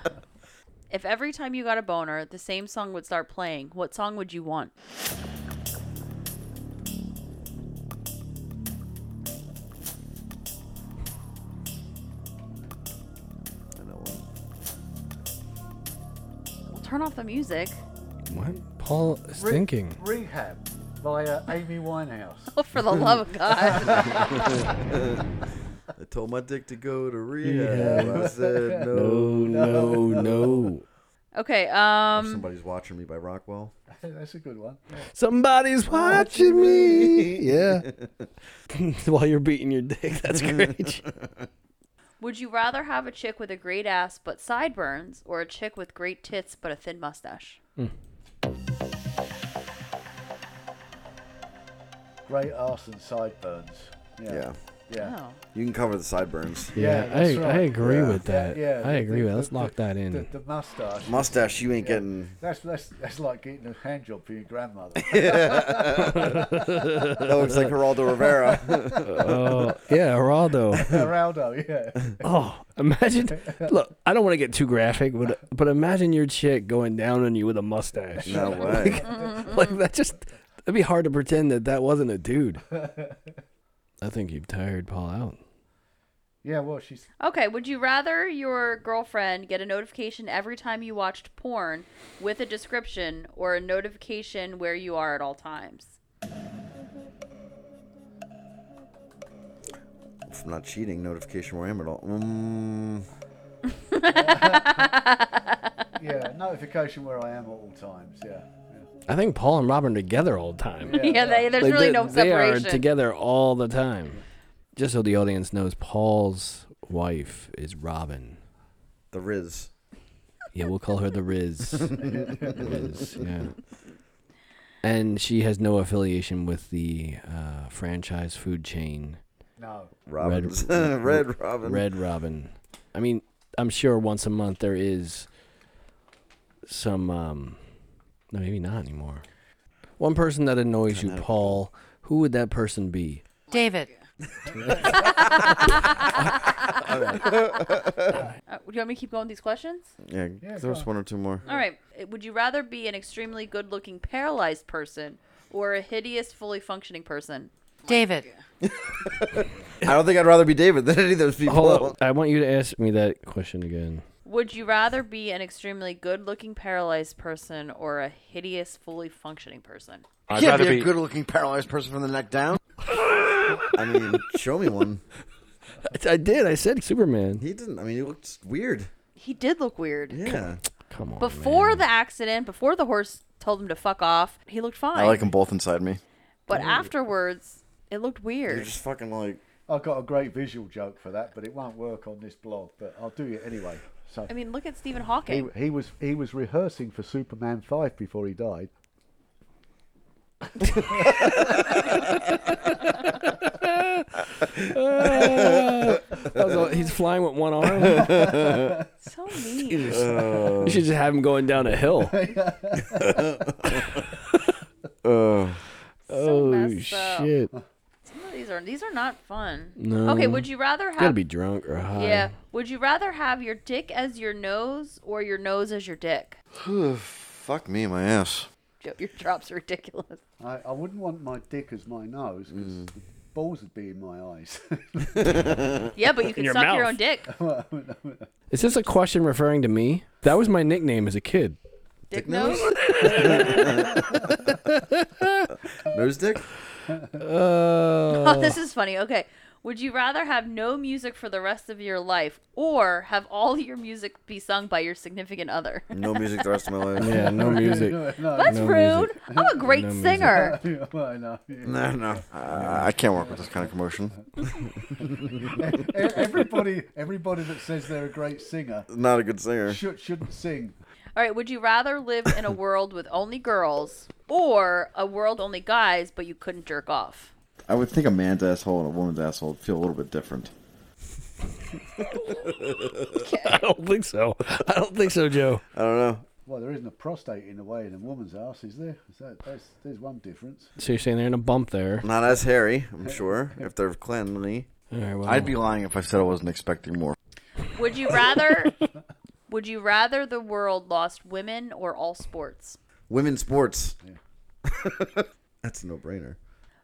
Speaker 5: if every time you got a boner, the same song would start playing, what song would you want?
Speaker 2: I know one.
Speaker 5: Well, turn off the music. [laughs]
Speaker 3: What? Paul is
Speaker 4: Re-
Speaker 3: thinking.
Speaker 4: Rehab by uh, Amy Winehouse.
Speaker 5: Oh, for the love of [laughs] God.
Speaker 2: I told my dick to go to rehab. I said no.
Speaker 3: No,
Speaker 2: [laughs]
Speaker 3: no, no.
Speaker 5: Okay, um,
Speaker 2: Somebody's watching me by Rockwell.
Speaker 4: That's a good one.
Speaker 3: Somebody's watching me. Yeah. [laughs] While you're beating your dick. [laughs] That's great.
Speaker 5: would you rather have a chick with a great ass but sideburns or a chick with great tits but a thin mustache?
Speaker 4: Great arse and sideburns.
Speaker 2: Yeah.
Speaker 4: Yeah. Yeah.
Speaker 5: Oh.
Speaker 2: You can cover the sideburns.
Speaker 4: Yeah,
Speaker 3: I,
Speaker 4: that's
Speaker 3: I
Speaker 4: right.
Speaker 3: agree
Speaker 2: Yeah.
Speaker 3: with that.
Speaker 4: Yeah.
Speaker 3: I
Speaker 4: the-
Speaker 3: agree
Speaker 4: the-
Speaker 3: with that. Let's
Speaker 4: the-
Speaker 3: lock that in.
Speaker 4: The, the mustache.
Speaker 2: Mustache, you ain't getting.
Speaker 4: That's that's that's like getting a hand job for your grandmother.
Speaker 2: That looks like Geraldo Rivera.
Speaker 3: oh, yeah, [laughs] Geraldo.
Speaker 4: Geraldo,
Speaker 3: [laughs]
Speaker 4: yeah.
Speaker 3: Oh, imagine. Look, I don't want to get too graphic, but but imagine your chick going down on you with a mustache.
Speaker 2: no way.
Speaker 3: [laughs] like that just it'd be hard to pretend that that wasn't a dude [laughs] i think you've tired paul out
Speaker 4: Yeah, well, she's
Speaker 5: Okay, would you rather your girlfriend get a notification every time you watched porn with a description or a notification where you are at all times?
Speaker 2: If I'm not cheating, notification where I am at all. Mm,
Speaker 4: yeah notification where I am at all times. Yeah.
Speaker 3: i think paul and robin are together all the time
Speaker 5: Yeah, they, there's
Speaker 3: Like,
Speaker 5: really
Speaker 3: they-
Speaker 5: no
Speaker 3: they are
Speaker 5: separation.
Speaker 3: together all the time just so the audience knows paul's wife is robin
Speaker 2: the Riz.
Speaker 3: yeah we'll call her the riz, riz yeah and she has no affiliation with the uh, franchise food chain
Speaker 4: No.
Speaker 2: Robin's. [laughs]
Speaker 3: Red-
Speaker 2: Red, Robin.
Speaker 3: Red Robin. I mean, I'm sure once a month there is some. Um, no, maybe not anymore. One person that annoys you, Paul. Who would that person be?
Speaker 9: David.
Speaker 5: Uh, do you want me to keep going with these questions?
Speaker 2: Yeah,
Speaker 4: Yeah,
Speaker 2: there's
Speaker 4: go.
Speaker 2: one or two more.
Speaker 5: All right. uh, Would you rather be an extremely good looking paralyzed person or a hideous, fully functioning person?
Speaker 11: David.
Speaker 2: I don't think I'd rather be David than any of those people.
Speaker 3: Hold up. I want you to ask me that question again.
Speaker 5: Would you rather be an extremely good-looking paralyzed person or a hideous, fully functioning person?
Speaker 2: I'd
Speaker 12: Can't
Speaker 2: rather
Speaker 12: be a
Speaker 2: be-
Speaker 12: good-looking paralyzed person from the neck down.
Speaker 2: I mean, show me one.
Speaker 3: I did. I said Superman.
Speaker 2: He didn't. I mean, he looked weird.
Speaker 5: He did look weird.
Speaker 2: Yeah.
Speaker 3: Come on.
Speaker 5: Before the accident, before the horse told him to fuck off, he looked fine.
Speaker 12: I like them both inside me.
Speaker 5: But afterwards, it looked weird.
Speaker 2: fucking like.
Speaker 4: I got a great visual joke for that, but it won't work on this blog. But I'll do it anyway. So
Speaker 5: I mean, look at Stephen Hawking.
Speaker 4: he, he was he was rehearsing for Superman five before he died.
Speaker 3: [laughs] Uh, also, he's flying with one [laughs] arm. [laughs]
Speaker 5: so mean.
Speaker 3: Jesus. You should just have him going down a hill.
Speaker 12: oh,
Speaker 3: oh
Speaker 5: messed up.
Speaker 3: shit.
Speaker 5: Some of these are these are not fun.
Speaker 3: No.
Speaker 5: Okay, would you rather have
Speaker 3: Gotta be drunk or high.
Speaker 5: Yeah. Would you rather have your dick as your nose or your nose as your dick? [laughs]
Speaker 12: Fuck me, in my ass.
Speaker 5: Joe, your drops are ridiculous.
Speaker 4: I, I wouldn't want my dick as my nose because
Speaker 3: Mm.
Speaker 4: the balls would be in my eyes. [laughs]
Speaker 5: Yeah, but you can suck your own dick.
Speaker 3: Is this a question referring to me? That was my nickname as a kid.
Speaker 5: Dick nose?
Speaker 2: Nose dick?
Speaker 3: Uh,
Speaker 5: [laughs] oh, this is funny. Okay. Would you rather have no music for the rest of your life or have all your music be sung by your significant other? [laughs]
Speaker 2: No music the rest of my life. [laughs]
Speaker 3: Yeah, no music.
Speaker 5: That's rude. I'm a great
Speaker 12: No music.
Speaker 5: singer.
Speaker 4: [laughs] I know.
Speaker 12: No, no. Uh, I can't work with this kind of commotion.
Speaker 4: E, everybody, everybody that says they're a great singer
Speaker 12: Not a good singer.
Speaker 4: should shouldn't sing.
Speaker 5: All right, would you rather live in a world with only girls or a world only guys but you couldn't jerk off?
Speaker 12: I would think a man's asshole and a woman's asshole would feel a little bit different.
Speaker 3: I don't think so. I don't think so, Joe.
Speaker 12: I don't know.
Speaker 4: Well, there isn't a prostate in the way in a woman's ass, is there? Is that, that's, there's one difference.
Speaker 3: So you're saying they're in a bump there?
Speaker 2: Not as hairy, I'm sure, if they're cleanly.
Speaker 3: Alright, well.
Speaker 12: I'd be lying if I said I wasn't expecting more.
Speaker 5: Would you rather Would you rather the world lost women or all sports?
Speaker 2: Women's sports. [laughs] That's a no brainer.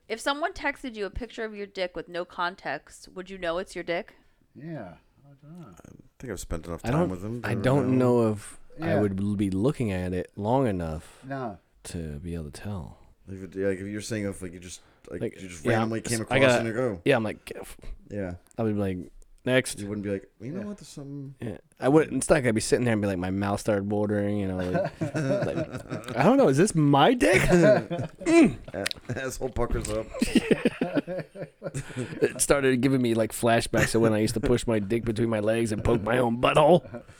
Speaker 5: If someone texted you a picture of your dick with no context, would you know it's your dick?
Speaker 4: Yeah, I don't know.
Speaker 2: I think I've spent enough
Speaker 3: I
Speaker 2: time
Speaker 3: don't.
Speaker 2: with them.
Speaker 3: I don't know if I
Speaker 4: Yeah.
Speaker 3: would l- be looking at it long enough.
Speaker 4: No.
Speaker 3: To be able to tell.
Speaker 2: If it, yeah, like if you're saying if like you just like,
Speaker 3: Like,
Speaker 2: you just
Speaker 3: yeah,
Speaker 2: randomly came
Speaker 3: I
Speaker 2: across
Speaker 3: gotta-
Speaker 2: and you go.
Speaker 3: Yeah, I'm like. "Get f-
Speaker 2: Yeah.
Speaker 3: I would be like, next.
Speaker 2: You wouldn't be like, you know what? There's some.
Speaker 3: Yeah, I would. It's not gonna be sitting there and be like, my mouth started watering. You know, like,
Speaker 2: [laughs]
Speaker 3: like, I don't know. Is this my dick? Mm.
Speaker 2: [laughs] Asshole puckers up.
Speaker 3: it started giving me like flashbacks of when I used to push my dick between my legs and poke my own butthole. [laughs]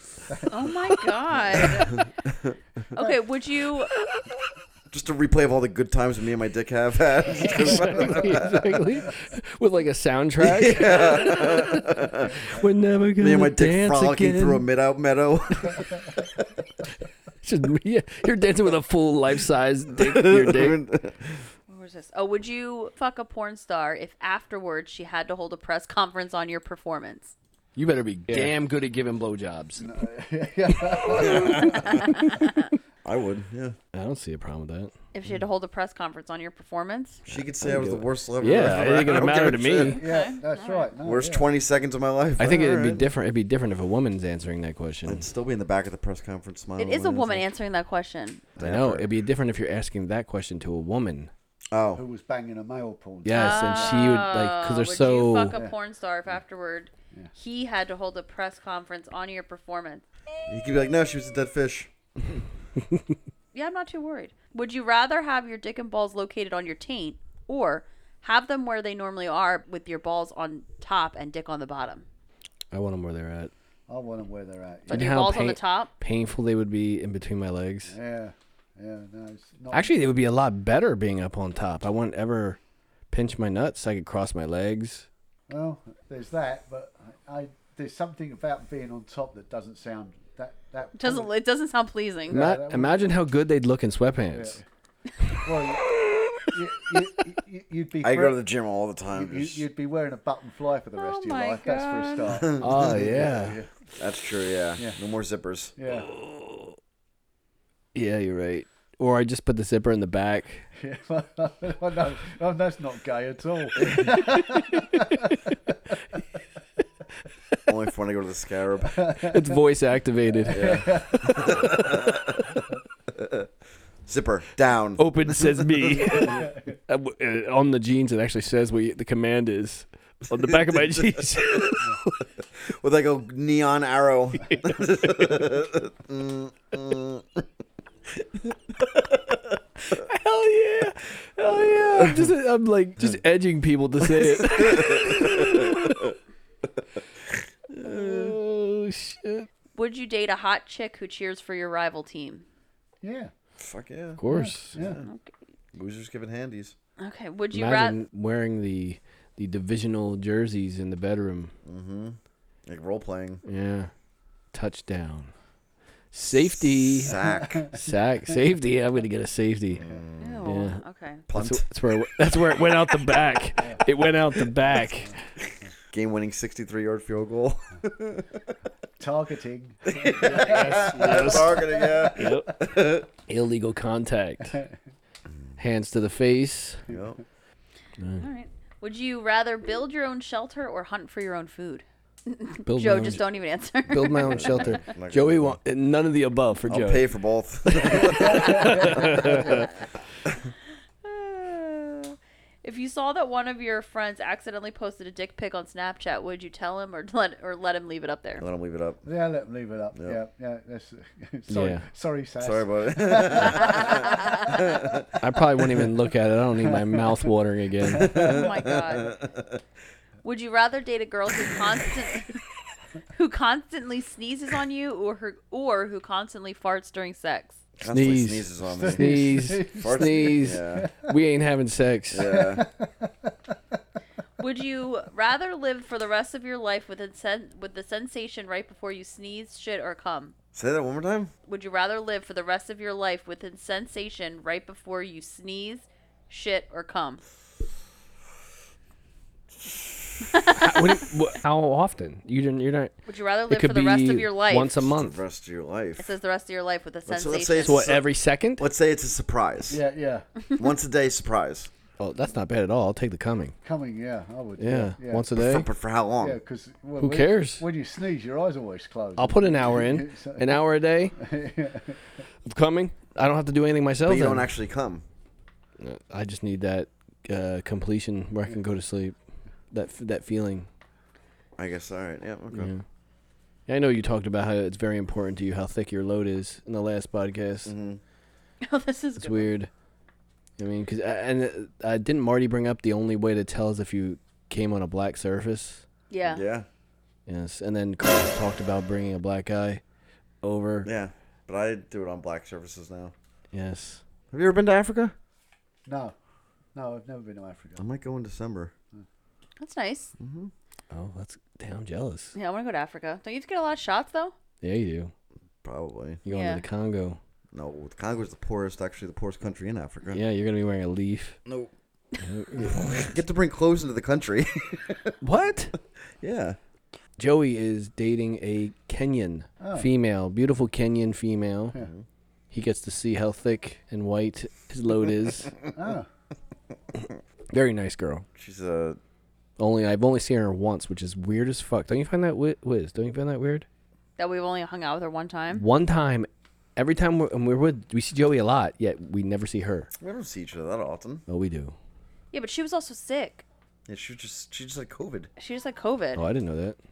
Speaker 5: Oh my god. [laughs] Okay, would you
Speaker 2: Just a replay of all the good times me and my dick have had.
Speaker 3: Exactly. With like a soundtrack.
Speaker 2: Yeah.
Speaker 3: [laughs] We're never gonna
Speaker 2: Me and my dick
Speaker 3: dance
Speaker 2: frolicking
Speaker 3: again.
Speaker 2: through a mid out meadow. [laughs]
Speaker 3: [laughs] Just- yeah, you're dancing with a full life size dick. Your
Speaker 2: [laughs]
Speaker 3: dick.
Speaker 5: What was this? Oh, would you fuck a porn star if afterwards she had to hold a press conference on your performance?
Speaker 3: You better be damn good at giving blowjobs.
Speaker 2: I would. Yeah.
Speaker 3: I don't see a problem with that.
Speaker 5: If she had to hold a press conference on your performance?
Speaker 2: She could say I was the worst lover.
Speaker 3: Yeah,
Speaker 2: ever. [laughs]
Speaker 3: it ain't
Speaker 2: I
Speaker 3: gonna
Speaker 2: don't
Speaker 3: matter to
Speaker 2: give a
Speaker 3: me.
Speaker 2: shit.
Speaker 4: Yeah, that's right. No,
Speaker 2: Worst
Speaker 4: yeah.
Speaker 2: 20 seconds of my life.
Speaker 3: I think
Speaker 2: All
Speaker 3: it'd be
Speaker 2: right.
Speaker 3: different. It'd be different if a woman's answering that question.
Speaker 2: I'd still be in the back of the press conference smiling.
Speaker 5: It Oh, is a
Speaker 2: when
Speaker 5: woman answering that question.
Speaker 3: I know it'd be different if you're asking that question to a woman.
Speaker 2: Oh,
Speaker 4: Who was banging a male porn?
Speaker 3: Yes, and she would like because
Speaker 5: Oh,
Speaker 3: they're
Speaker 5: would
Speaker 3: so.
Speaker 5: you fuck a porn star if afterward he had to hold a press conference on your performance?
Speaker 2: You could be like, no, she was a dead fish.
Speaker 5: Yeah, I'm not too worried. Would you rather have your dick and balls located on your taint or have them where they normally are with your balls on top and dick on the bottom?
Speaker 3: I want them where they're at.
Speaker 4: I want them where they're at.
Speaker 5: But your balls on the
Speaker 3: pain-
Speaker 5: top?
Speaker 3: Painful they would be in between my legs.
Speaker 4: Yeah, yeah. No, it's not.
Speaker 3: Actually, they would be a lot better being up on top. I wouldn't ever pinch my nuts. I could cross my legs.
Speaker 4: Well, there's that, but I, I there's something about being on top that doesn't sound that that
Speaker 5: It doesn't it doesn't sound pleasing.
Speaker 3: Ima- imagine how good they'd look in sweatpants.
Speaker 4: Well, you, you, you, you'd be.
Speaker 2: I go
Speaker 4: fre-
Speaker 2: to the gym all the time.
Speaker 4: You,
Speaker 2: just-
Speaker 4: you'd be wearing a button fly for the rest of your
Speaker 5: Oh my
Speaker 4: life. That's for a
Speaker 2: [laughs]
Speaker 3: [laughs]
Speaker 4: start.
Speaker 3: Oh yeah,
Speaker 2: That's true, yeah.
Speaker 4: Yeah.
Speaker 2: No more zippers.
Speaker 4: Yeah.
Speaker 3: yeah, you're right. Or I just put the zipper in the back.
Speaker 4: Yeah, [laughs] well, no, no, that's not gay at
Speaker 2: [laughs]
Speaker 4: all.
Speaker 2: [laughs] Only if when I go to the scarab.
Speaker 3: It's voice [laughs] activated.
Speaker 2: Yeah. Zipper down.
Speaker 3: Open says [laughs] me. Uh, w- uh, on the jeans, it actually says what you- the command is. On the back of my [laughs] jeans.
Speaker 2: With like a neon
Speaker 3: [laughs]
Speaker 2: arrow. Mm, mm.
Speaker 3: Hell yeah. Hell yeah. I'm just I'm like [laughs] just edging people to say it. oh shit.
Speaker 5: Would you date a hot chick who cheers for your rival team?
Speaker 4: Yeah.
Speaker 2: Fuck yeah. Of
Speaker 3: course.
Speaker 4: Yeah.
Speaker 2: Losers giving handies.
Speaker 5: Okay. Would you rather?
Speaker 3: Imagine wearing the the divisional jerseys in the bedroom.
Speaker 2: Mm-hmm. Like role playing.
Speaker 3: Yeah. Touchdown. Safety.
Speaker 2: Sack.
Speaker 3: Sack. Safety. I'm gonna get a safety. Mm, Yeah.
Speaker 5: Okay.
Speaker 3: That's,
Speaker 2: Punt.
Speaker 3: that's where that's where it went out the back. It went out the back.
Speaker 2: Game winning 63 yard field
Speaker 3: [laughs]
Speaker 2: goal. [laughs]
Speaker 4: [laughs] Targeting.
Speaker 2: Targeting, yeah.
Speaker 3: Yep. Illegal
Speaker 5: [laughs]
Speaker 3: contact. Hands to the face.
Speaker 2: [laughs] Yep.
Speaker 5: All right. Would you rather build your own shelter or hunt for your own food?
Speaker 3: Build
Speaker 5: Joe,
Speaker 3: my own
Speaker 5: just
Speaker 3: sh-
Speaker 5: don't even answer.
Speaker 3: Build my own shelter.
Speaker 2: Not gonna
Speaker 3: Joey
Speaker 2: do
Speaker 3: want none of the above for
Speaker 2: I'll
Speaker 3: Joe.
Speaker 2: pay for
Speaker 3: [laughs]
Speaker 2: both.
Speaker 5: [sighs] If you saw that one of your friends accidentally posted a dick pic on Snapchat, would you tell him or [laughs] let or let him leave it
Speaker 2: [laughs]
Speaker 5: up there?
Speaker 2: Let him leave it up.
Speaker 4: Yeah, let 'em leave it up.
Speaker 2: Yeah.
Speaker 4: Yeah, yeah. That's, [laughs] sorry,
Speaker 3: Yeah.
Speaker 4: sorry, Sass.
Speaker 2: Sorry [laughs] about it.
Speaker 3: I probably wouldn't even look at it. I don't need my mouth watering again.
Speaker 5: Oh my God. Would you rather date a girl who constantly [laughs] who constantly sneezes on you or her, or who constantly farts during sex?
Speaker 2: Constantly
Speaker 3: Sneeze.
Speaker 2: sneezes on me.
Speaker 3: Sneeze.
Speaker 2: Farts-
Speaker 3: Sneeze.
Speaker 2: Yeah.
Speaker 3: We ain't having sex.
Speaker 2: Yeah.
Speaker 5: Would you rather live for the rest of your life with insen- with the sensation right before you sneeze, shit, or cum?
Speaker 2: Say that one more time.
Speaker 5: Would you rather live for the rest of your life with the sensation right before you sneeze, shit, or cum?
Speaker 3: How, what do you- wh- how often? You didn't. You're not.
Speaker 5: Would you rather
Speaker 3: It
Speaker 5: live
Speaker 3: could
Speaker 5: for the rest
Speaker 3: be
Speaker 5: of your life?
Speaker 3: Once a
Speaker 2: The
Speaker 3: month.
Speaker 2: rest of your
Speaker 5: It
Speaker 2: life.
Speaker 5: says the rest of your life with the
Speaker 2: Let's-
Speaker 5: sensation.
Speaker 2: let's say it's
Speaker 3: So what?
Speaker 2: So-
Speaker 3: Every second?
Speaker 2: Let's say it's a surprise.
Speaker 4: Yeah, yeah.
Speaker 2: Once a day surprise.
Speaker 3: Oh, that's not bad at all. I'll take the coming.
Speaker 4: Coming, yeah, I would.
Speaker 3: Yeah.
Speaker 4: yeah.
Speaker 3: Once a
Speaker 2: But for,
Speaker 3: day.
Speaker 2: but for how long?
Speaker 4: Yeah, because
Speaker 3: Um, Who cares?
Speaker 4: When you sneeze, your eyes always close.
Speaker 3: I'll put an hour
Speaker 4: [laughs]
Speaker 3: in. An hour a day. Of coming. I don't have to do anything myself.
Speaker 2: But you don't
Speaker 3: then.
Speaker 2: actually come.
Speaker 3: I just need that uh, completion where I can go to sleep. That f- that feeling.
Speaker 2: I guess. All right. Yeah. Okay.
Speaker 3: Yeah. I know you talked about how it's very important to you how thick your load is in the last podcast.
Speaker 5: [laughs] oh, this is
Speaker 3: It's
Speaker 5: good.
Speaker 3: weird. I mean, because and uh, didn't Marty bring up the only way to tell is if you came on a black surface?
Speaker 5: Yeah.
Speaker 2: Yeah.
Speaker 3: Yes, and then Carl talked about bringing a black guy over.
Speaker 2: Yeah. But I do it on black surfaces now.
Speaker 3: Yes,
Speaker 2: Have you ever been to Africa?
Speaker 4: No, no, I've never been to Africa.
Speaker 2: I might go in December.
Speaker 5: That's nice.
Speaker 3: oh, that's damn jealous.
Speaker 5: Yeah, I want to go to Africa. Don't you have to get a lot of shots though?
Speaker 3: Yeah, you do.
Speaker 2: Probably.
Speaker 3: You're going
Speaker 5: Yeah.
Speaker 3: to the Congo.
Speaker 2: No. The Congo's the poorest, actually, the poorest country in Africa.
Speaker 3: Yeah, you're gonna be wearing a leaf.
Speaker 2: No. [laughs] Get to bring clothes into the country.
Speaker 3: [laughs]
Speaker 2: [laughs]
Speaker 3: What?
Speaker 2: yeah.
Speaker 3: Joey is dating a Kenyan female, beautiful Kenyan female. He gets to see how thick and white his load [laughs] is. Ah. Very nice girl.
Speaker 2: She's uh, a.
Speaker 3: Only I've only seen her once, which is weird as fuck. Don't you find that wi- Wiz? Don't you find that weird?
Speaker 5: That we've only hung out with her one time.
Speaker 3: One time, every time we're, and we're with, we see Joey a lot, yet we never see her.
Speaker 2: We don't see each other that often.
Speaker 3: Oh, we do.
Speaker 5: Yeah, but she was also sick.
Speaker 2: Yeah, she was just she just had COVID.
Speaker 5: She just had COVID.
Speaker 3: Oh, I didn't know that. [laughs]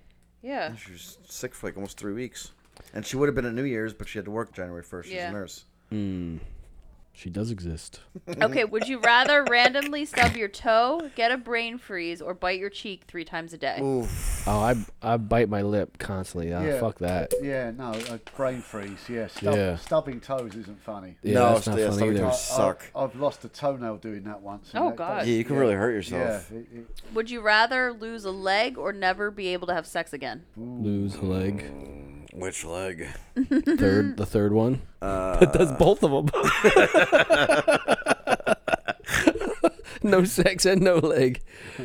Speaker 5: Yeah.
Speaker 2: She was sick for like almost three weeks, and she would have been at New Year's, but she had to work January first. She's
Speaker 5: Yeah.
Speaker 2: a nurse.
Speaker 3: She does exist.
Speaker 5: Okay. Would you rather randomly stub your toe, get a brain freeze, or bite your cheek three times a day?
Speaker 3: Oh, I I bite my lip constantly. Ah,
Speaker 4: Yeah.
Speaker 3: Fuck that.
Speaker 4: Oh. Yeah, no, a brain freeze. Yeah, stub,
Speaker 3: Yeah.
Speaker 4: stubbing toes isn't funny.
Speaker 3: Yeah,
Speaker 2: No,
Speaker 3: that's not
Speaker 2: yeah,
Speaker 3: funny
Speaker 2: something
Speaker 3: either.
Speaker 2: to-
Speaker 4: I-
Speaker 2: Suck.
Speaker 4: I, have lost a toenail doing that once. and
Speaker 5: Oh,
Speaker 4: that
Speaker 5: God.
Speaker 4: does-
Speaker 5: Yeah,
Speaker 2: you can really hurt yourself.
Speaker 4: Yeah, it- it-
Speaker 5: Would you rather lose a leg or never be able to have
Speaker 3: [laughs]
Speaker 5: sex again?
Speaker 3: Lose a leg.
Speaker 2: Which leg?
Speaker 3: Third, the third one.
Speaker 2: Uh,
Speaker 3: that does both of them.
Speaker 2: [laughs]
Speaker 3: no sex
Speaker 2: Uh,
Speaker 3: and no leg.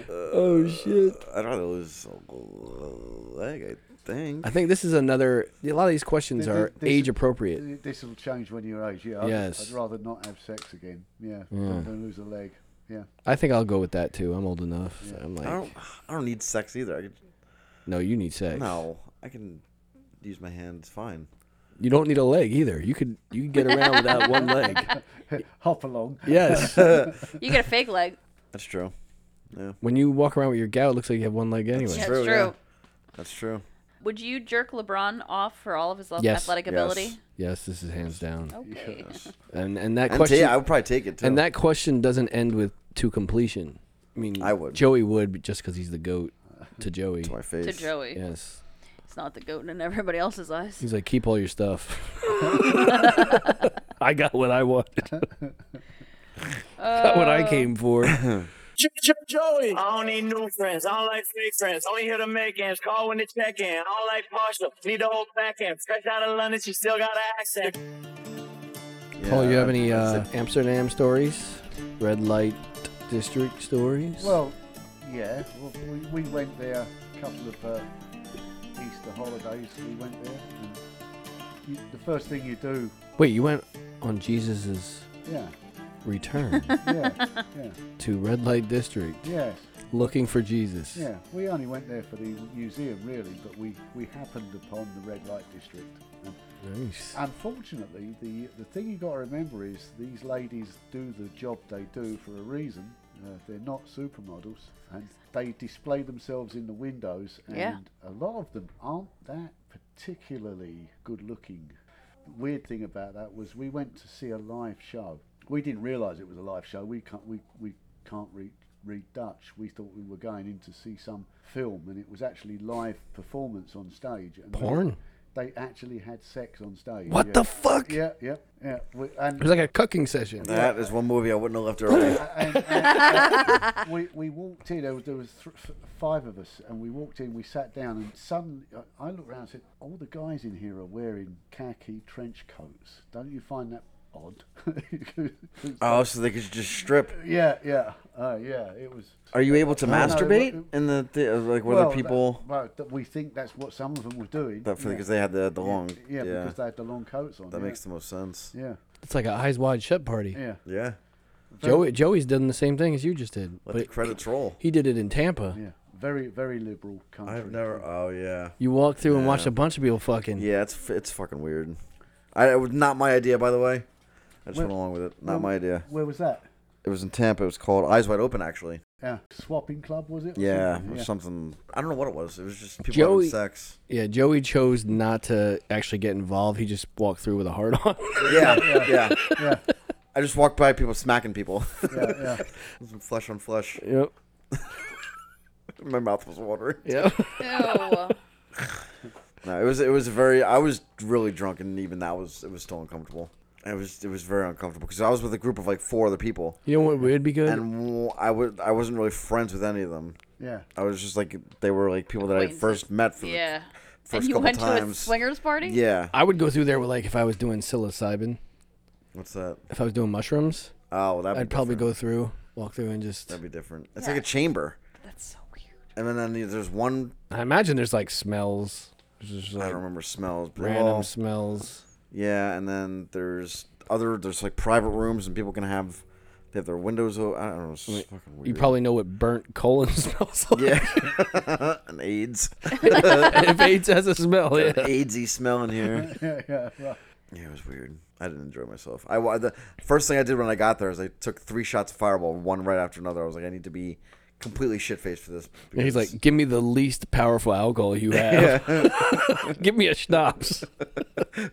Speaker 3: oh shit.
Speaker 2: I'd rather lose a leg. I think.
Speaker 3: I think this is another. A lot of these questions
Speaker 4: Th- th-
Speaker 3: are
Speaker 4: this-
Speaker 3: age appropriate.
Speaker 4: th- This will change when you're age. Yeah. I'd-
Speaker 3: Yes.
Speaker 4: I'd rather not have sex again. Yeah.
Speaker 3: Yeah.
Speaker 4: Don't, don't lose a leg. Yeah.
Speaker 3: I think I'll go with that too. I'm old enough. I'm
Speaker 2: I
Speaker 3: like,
Speaker 2: don't. I don't need sex either. I could,
Speaker 3: no, you need sex.
Speaker 2: no, I can use my hands
Speaker 3: [laughs]
Speaker 2: fine.
Speaker 3: You don't need a leg either. You could you could get around without
Speaker 2: [laughs]
Speaker 3: one leg.
Speaker 4: Hop along.
Speaker 3: Yes.
Speaker 5: You get a fake leg.
Speaker 2: That's true. Yeah.
Speaker 3: When you walk around with your gout, it looks like you have one leg anyway.
Speaker 5: That's true. yeah.
Speaker 2: That's true.
Speaker 5: Would you jerk LeBron off for all of his ath-
Speaker 3: Yes.
Speaker 5: athletic ability?
Speaker 3: Yes, this is hands down.
Speaker 5: Okay.
Speaker 3: And and that
Speaker 2: And
Speaker 3: question,
Speaker 2: yeah, I would probably take it, too.
Speaker 3: And that question doesn't end with to completion. I mean, I would. Joey would but just because he's the
Speaker 4: [laughs]
Speaker 3: goat to Joey. To my
Speaker 2: face.
Speaker 5: To Joey.
Speaker 3: Yes.
Speaker 5: It's not the goat in everybody else's eyes.
Speaker 3: He's like, keep all your stuff. [laughs] I got what I
Speaker 4: [laughs]
Speaker 3: wanted. got what I
Speaker 11: Uh.
Speaker 3: came for.
Speaker 11: Joey. I don't need new friends. I don't like fake friends. Only here to make ends. Call when to check in. I don't like partial. Need the whole back end. Fresh out of London, she still got an accent.
Speaker 3: [coughs] Paul, you have any uh, Amsterdam stories? Red light district stories?
Speaker 4: Well, yeah. Well, we, we went there a couple of uh, Easter holidays. We went there. And you, the first thing you do.
Speaker 3: Wait, you went on Jesus's
Speaker 4: Yeah. [laughs]
Speaker 3: return
Speaker 4: Yeah. yeah.
Speaker 3: to red light district.
Speaker 4: Yes.
Speaker 3: Looking for Jesus.
Speaker 4: Yeah, we only went there for the museum, really, but we, we happened upon the red light district. And
Speaker 3: Nice.
Speaker 4: Unfortunately, the the thing you got to remember is these ladies do the job they do for a reason. Uh, they're not supermodels, and they display themselves in the windows, and
Speaker 5: Yeah.
Speaker 4: a lot of them aren't that particularly good looking. Weird thing about that was we went to see a live show. We didn't realise it was a live show. We can't we, we can't read read Dutch. We thought we were going in to see some film, and it was actually live performance on stage. And they-
Speaker 3: Porn?
Speaker 4: They actually had sex on stage.
Speaker 3: What
Speaker 4: yeah.
Speaker 3: the fuck?
Speaker 4: Yeah, yeah, yeah. We, and
Speaker 3: It was like a cooking session.
Speaker 2: That is one movie I wouldn't have left
Speaker 3: [coughs]
Speaker 2: early.
Speaker 4: we, we walked in. There was, there was th- f- five of us, and we walked in. We sat down, and suddenly I, I looked around and said, "All the guys in here are wearing khaki trench coats. Don't you find that odd?" [laughs]
Speaker 2: oh, so they could just strip.
Speaker 4: yeah, yeah, uh, yeah. It was.
Speaker 2: Are you able to
Speaker 4: No, no, it wa-
Speaker 2: masturbate
Speaker 4: it-
Speaker 2: in the thi- uh, like whether
Speaker 4: well, that-
Speaker 2: people
Speaker 4: well, that we think that's what some of them were doing.
Speaker 2: that because they had the the
Speaker 4: Yeah,
Speaker 2: long
Speaker 4: Yeah, because they had the long coats on.
Speaker 2: that
Speaker 4: yeah.
Speaker 2: makes the most sense.
Speaker 4: Yeah.
Speaker 3: It's like an eyes wide shut party.
Speaker 4: Yeah.
Speaker 2: Yeah.
Speaker 3: Joey, Joey's done the same thing as you just did.
Speaker 2: Let the credits roll.
Speaker 3: He did it in Tampa.
Speaker 4: Yeah. Very, very liberal country.
Speaker 2: I've never. Oh yeah.
Speaker 3: You walk through and
Speaker 2: Yeah.
Speaker 3: watch a bunch of people fucking.
Speaker 2: Yeah, it's f- it's fucking weird. I it was not my idea, by the way. I just
Speaker 4: Where-
Speaker 2: went along with it. Not
Speaker 4: where-
Speaker 2: my idea.
Speaker 4: Where was that?
Speaker 2: It was in Tampa. It was called Eyes Wide Open, actually.
Speaker 4: Yeah. Swapping club was it? or
Speaker 2: Yeah,
Speaker 4: something?
Speaker 2: or something. I don't know what it was. It was just people
Speaker 3: Joey,
Speaker 2: having sex.
Speaker 3: yeah, Joey chose not to actually get involved. He just walked through with a hard [laughs] on.
Speaker 2: Yeah, yeah, I just walked by people smacking people.
Speaker 4: Yeah, yeah.
Speaker 2: [laughs] Some flesh on flesh.
Speaker 3: Yep.
Speaker 2: My mouth was watering.
Speaker 3: Yeah.
Speaker 2: [laughs] no, it was it was a very. I was really drunk, and even that was it was still uncomfortable. It was it was very uncomfortable because I was with a group of like four other people.
Speaker 3: You know what would be good?
Speaker 2: And w- I would I wasn't really friends with any of them.
Speaker 4: Yeah.
Speaker 2: I was just like they were like people that I had first met for
Speaker 5: Yeah.
Speaker 2: the first
Speaker 5: and you
Speaker 2: couple
Speaker 5: went to a
Speaker 2: times.
Speaker 5: swingers party?
Speaker 2: Yeah.
Speaker 3: I would go through there with like if I was doing psilocybin,
Speaker 2: What's that?
Speaker 3: if I was doing mushrooms.
Speaker 2: Oh, well, that'd be
Speaker 3: I'd probably
Speaker 2: different.
Speaker 3: go through, walk through, and just.
Speaker 2: That'd be different. It's
Speaker 3: Yeah.
Speaker 2: like a chamber.
Speaker 5: That's so
Speaker 2: weird. And then there's one.
Speaker 3: I imagine there's like smells. There's just,
Speaker 2: I
Speaker 3: like,
Speaker 2: don't remember smells. But
Speaker 3: Random
Speaker 2: well,
Speaker 3: smells.
Speaker 2: Yeah, and then there's other. There's like private rooms, and people can have. They have their windows. o- I don't know. It's just fucking weird.
Speaker 3: You probably know what burnt colon [laughs] smells
Speaker 2: [laughs]
Speaker 3: like.
Speaker 2: Yeah. [laughs] and AIDS.
Speaker 3: If AIDS has a
Speaker 2: [laughs]
Speaker 3: smell,
Speaker 2: An
Speaker 3: yeah.
Speaker 2: AIDSy smell in here.
Speaker 4: [laughs] yeah, yeah, yeah.
Speaker 2: Yeah, it was weird. I didn't enjoy myself. I wa- the first thing I did when I got there is I took three shots of Fireball, one right after another. I was like, I need to be completely shit faced for this.
Speaker 3: And he's
Speaker 2: because-
Speaker 3: like, give me the least powerful alcohol
Speaker 4: [laughs]
Speaker 3: you have. [laughs] give me a schnapps.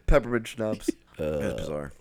Speaker 2: peppermint
Speaker 3: [laughs]
Speaker 2: schnapps.
Speaker 3: uh,
Speaker 2: it was bizarre.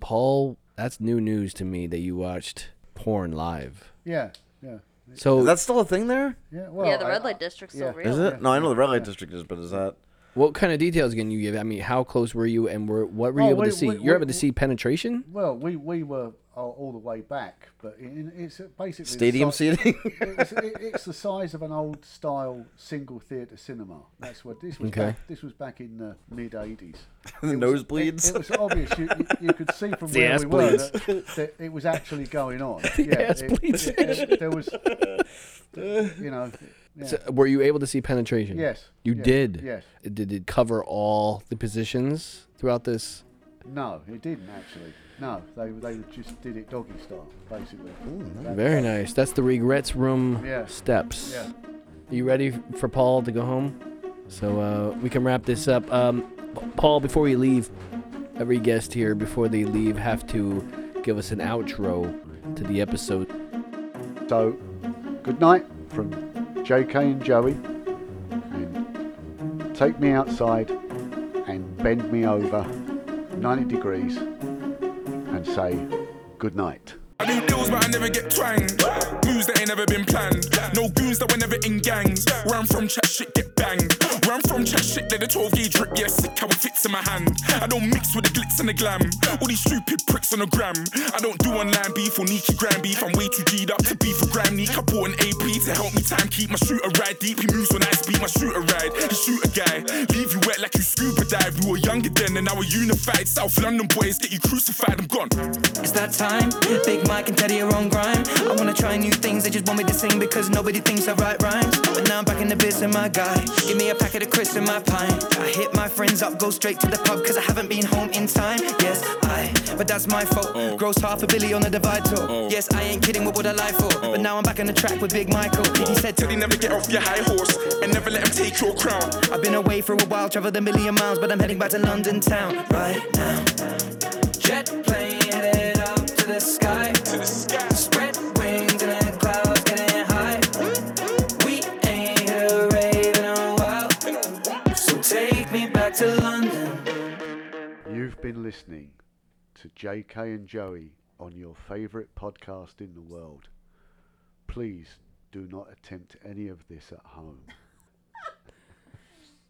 Speaker 3: Paul, that's new news to me that you watched porn live.
Speaker 4: Yeah, yeah.
Speaker 3: So
Speaker 2: is that still a thing there?
Speaker 4: Yeah,
Speaker 5: yeah, the red light district's still real.
Speaker 2: Is it? No, I know the red light district is, but is that?
Speaker 3: What kind of details can you give? I mean, how close were you, and were, what were
Speaker 4: Oh,
Speaker 3: you able
Speaker 4: we-
Speaker 3: to see?
Speaker 4: we-
Speaker 3: You're
Speaker 4: we-
Speaker 3: able to see penetration.
Speaker 4: Well, we, we were all, all the way back, but in, it's basically the
Speaker 2: Stadium
Speaker 4: si-
Speaker 2: seating?
Speaker 4: [laughs] it's, it, it's the size of an old style single theatre cinema. That's what this was.
Speaker 2: Okay.
Speaker 4: Back, this was back in the mid '80s.
Speaker 2: [laughs] The
Speaker 4: It was-
Speaker 2: nosebleeds?
Speaker 4: It, it was obvious. You, you, you could see
Speaker 2: [laughs]
Speaker 4: from
Speaker 2: The
Speaker 4: where
Speaker 2: ass
Speaker 4: we were
Speaker 2: bleeds.
Speaker 4: that, that
Speaker 2: [laughs]
Speaker 4: it was actually going on.
Speaker 2: ass
Speaker 4: it-
Speaker 2: bleeds
Speaker 4: it- there- there was, you know, Yeah.
Speaker 3: So were you able to see penetration?
Speaker 4: Yes.
Speaker 3: You
Speaker 4: Yes.
Speaker 3: did.
Speaker 4: Yes.
Speaker 3: Did it cover all the positions throughout this?
Speaker 4: No, it didn't actually. No, they they just did it doggy style, basically. That-
Speaker 3: Very nice. That's the regrets room
Speaker 4: Yeah.
Speaker 3: steps.
Speaker 4: Yeah.
Speaker 3: You ready f- for Paul to go home? So uh, we can wrap this up. Um, P- Paul, before we leave, every guest here before they leave have to give us an outro to the episode.
Speaker 4: So, good night from JK and Joey. And take me outside and bend me over 90 degrees and say good night.
Speaker 13: I do deals, but I never get twanged. Moves that ain't never been planned. No goons that were never in gangs. Where I'm from, chat shit get banged. Where I'm from, chat shit, they the 12 gauge drip. Yeah, sick how it fits in my hand. I don't mix with the glitz and the glam. All these stupid pricks on the gram. I don't do online beef or Nikki gram beef. I'm way too G'd up to beef for gram Neek. I bought an AP to help me time keep my shooter ride deep. He moves when I speak, my shooter ride. He shoot a guy. Leave you wet like you scuba dive. You were younger then and now we're unified. South London boys get you crucified. I'm gone.
Speaker 14: It's that time. Big Mike and Teddy are on grind. I wanna try new things. They just want me to sing because nobody thinks I write rhymes. But now I'm back in the biz and my guy. Give me a packet of crisps and my pint. I hit my friends up, go straight to the pub because I haven't been home in time. Yes, I. But that's my fault.
Speaker 13: Oh.
Speaker 14: Gross half a billy on a divide tour. Yes, I ain't kidding. What would I lie for?
Speaker 13: Oh.
Speaker 14: But now I'm back on the track with Big Michael. He said
Speaker 13: Teddy Oh. never get off your high horse and never let him take your crown.
Speaker 14: I've been away for a while, traveled a million miles, but I'm heading back to London town right now. Jet plane headed up to the sky. Spread wings in the clouds, getting high. We ain't hit a rave in a while, so take me back to London.
Speaker 4: You've been listening to JK and Joey on your favourite podcast in the world. Please do not attempt any of this at home.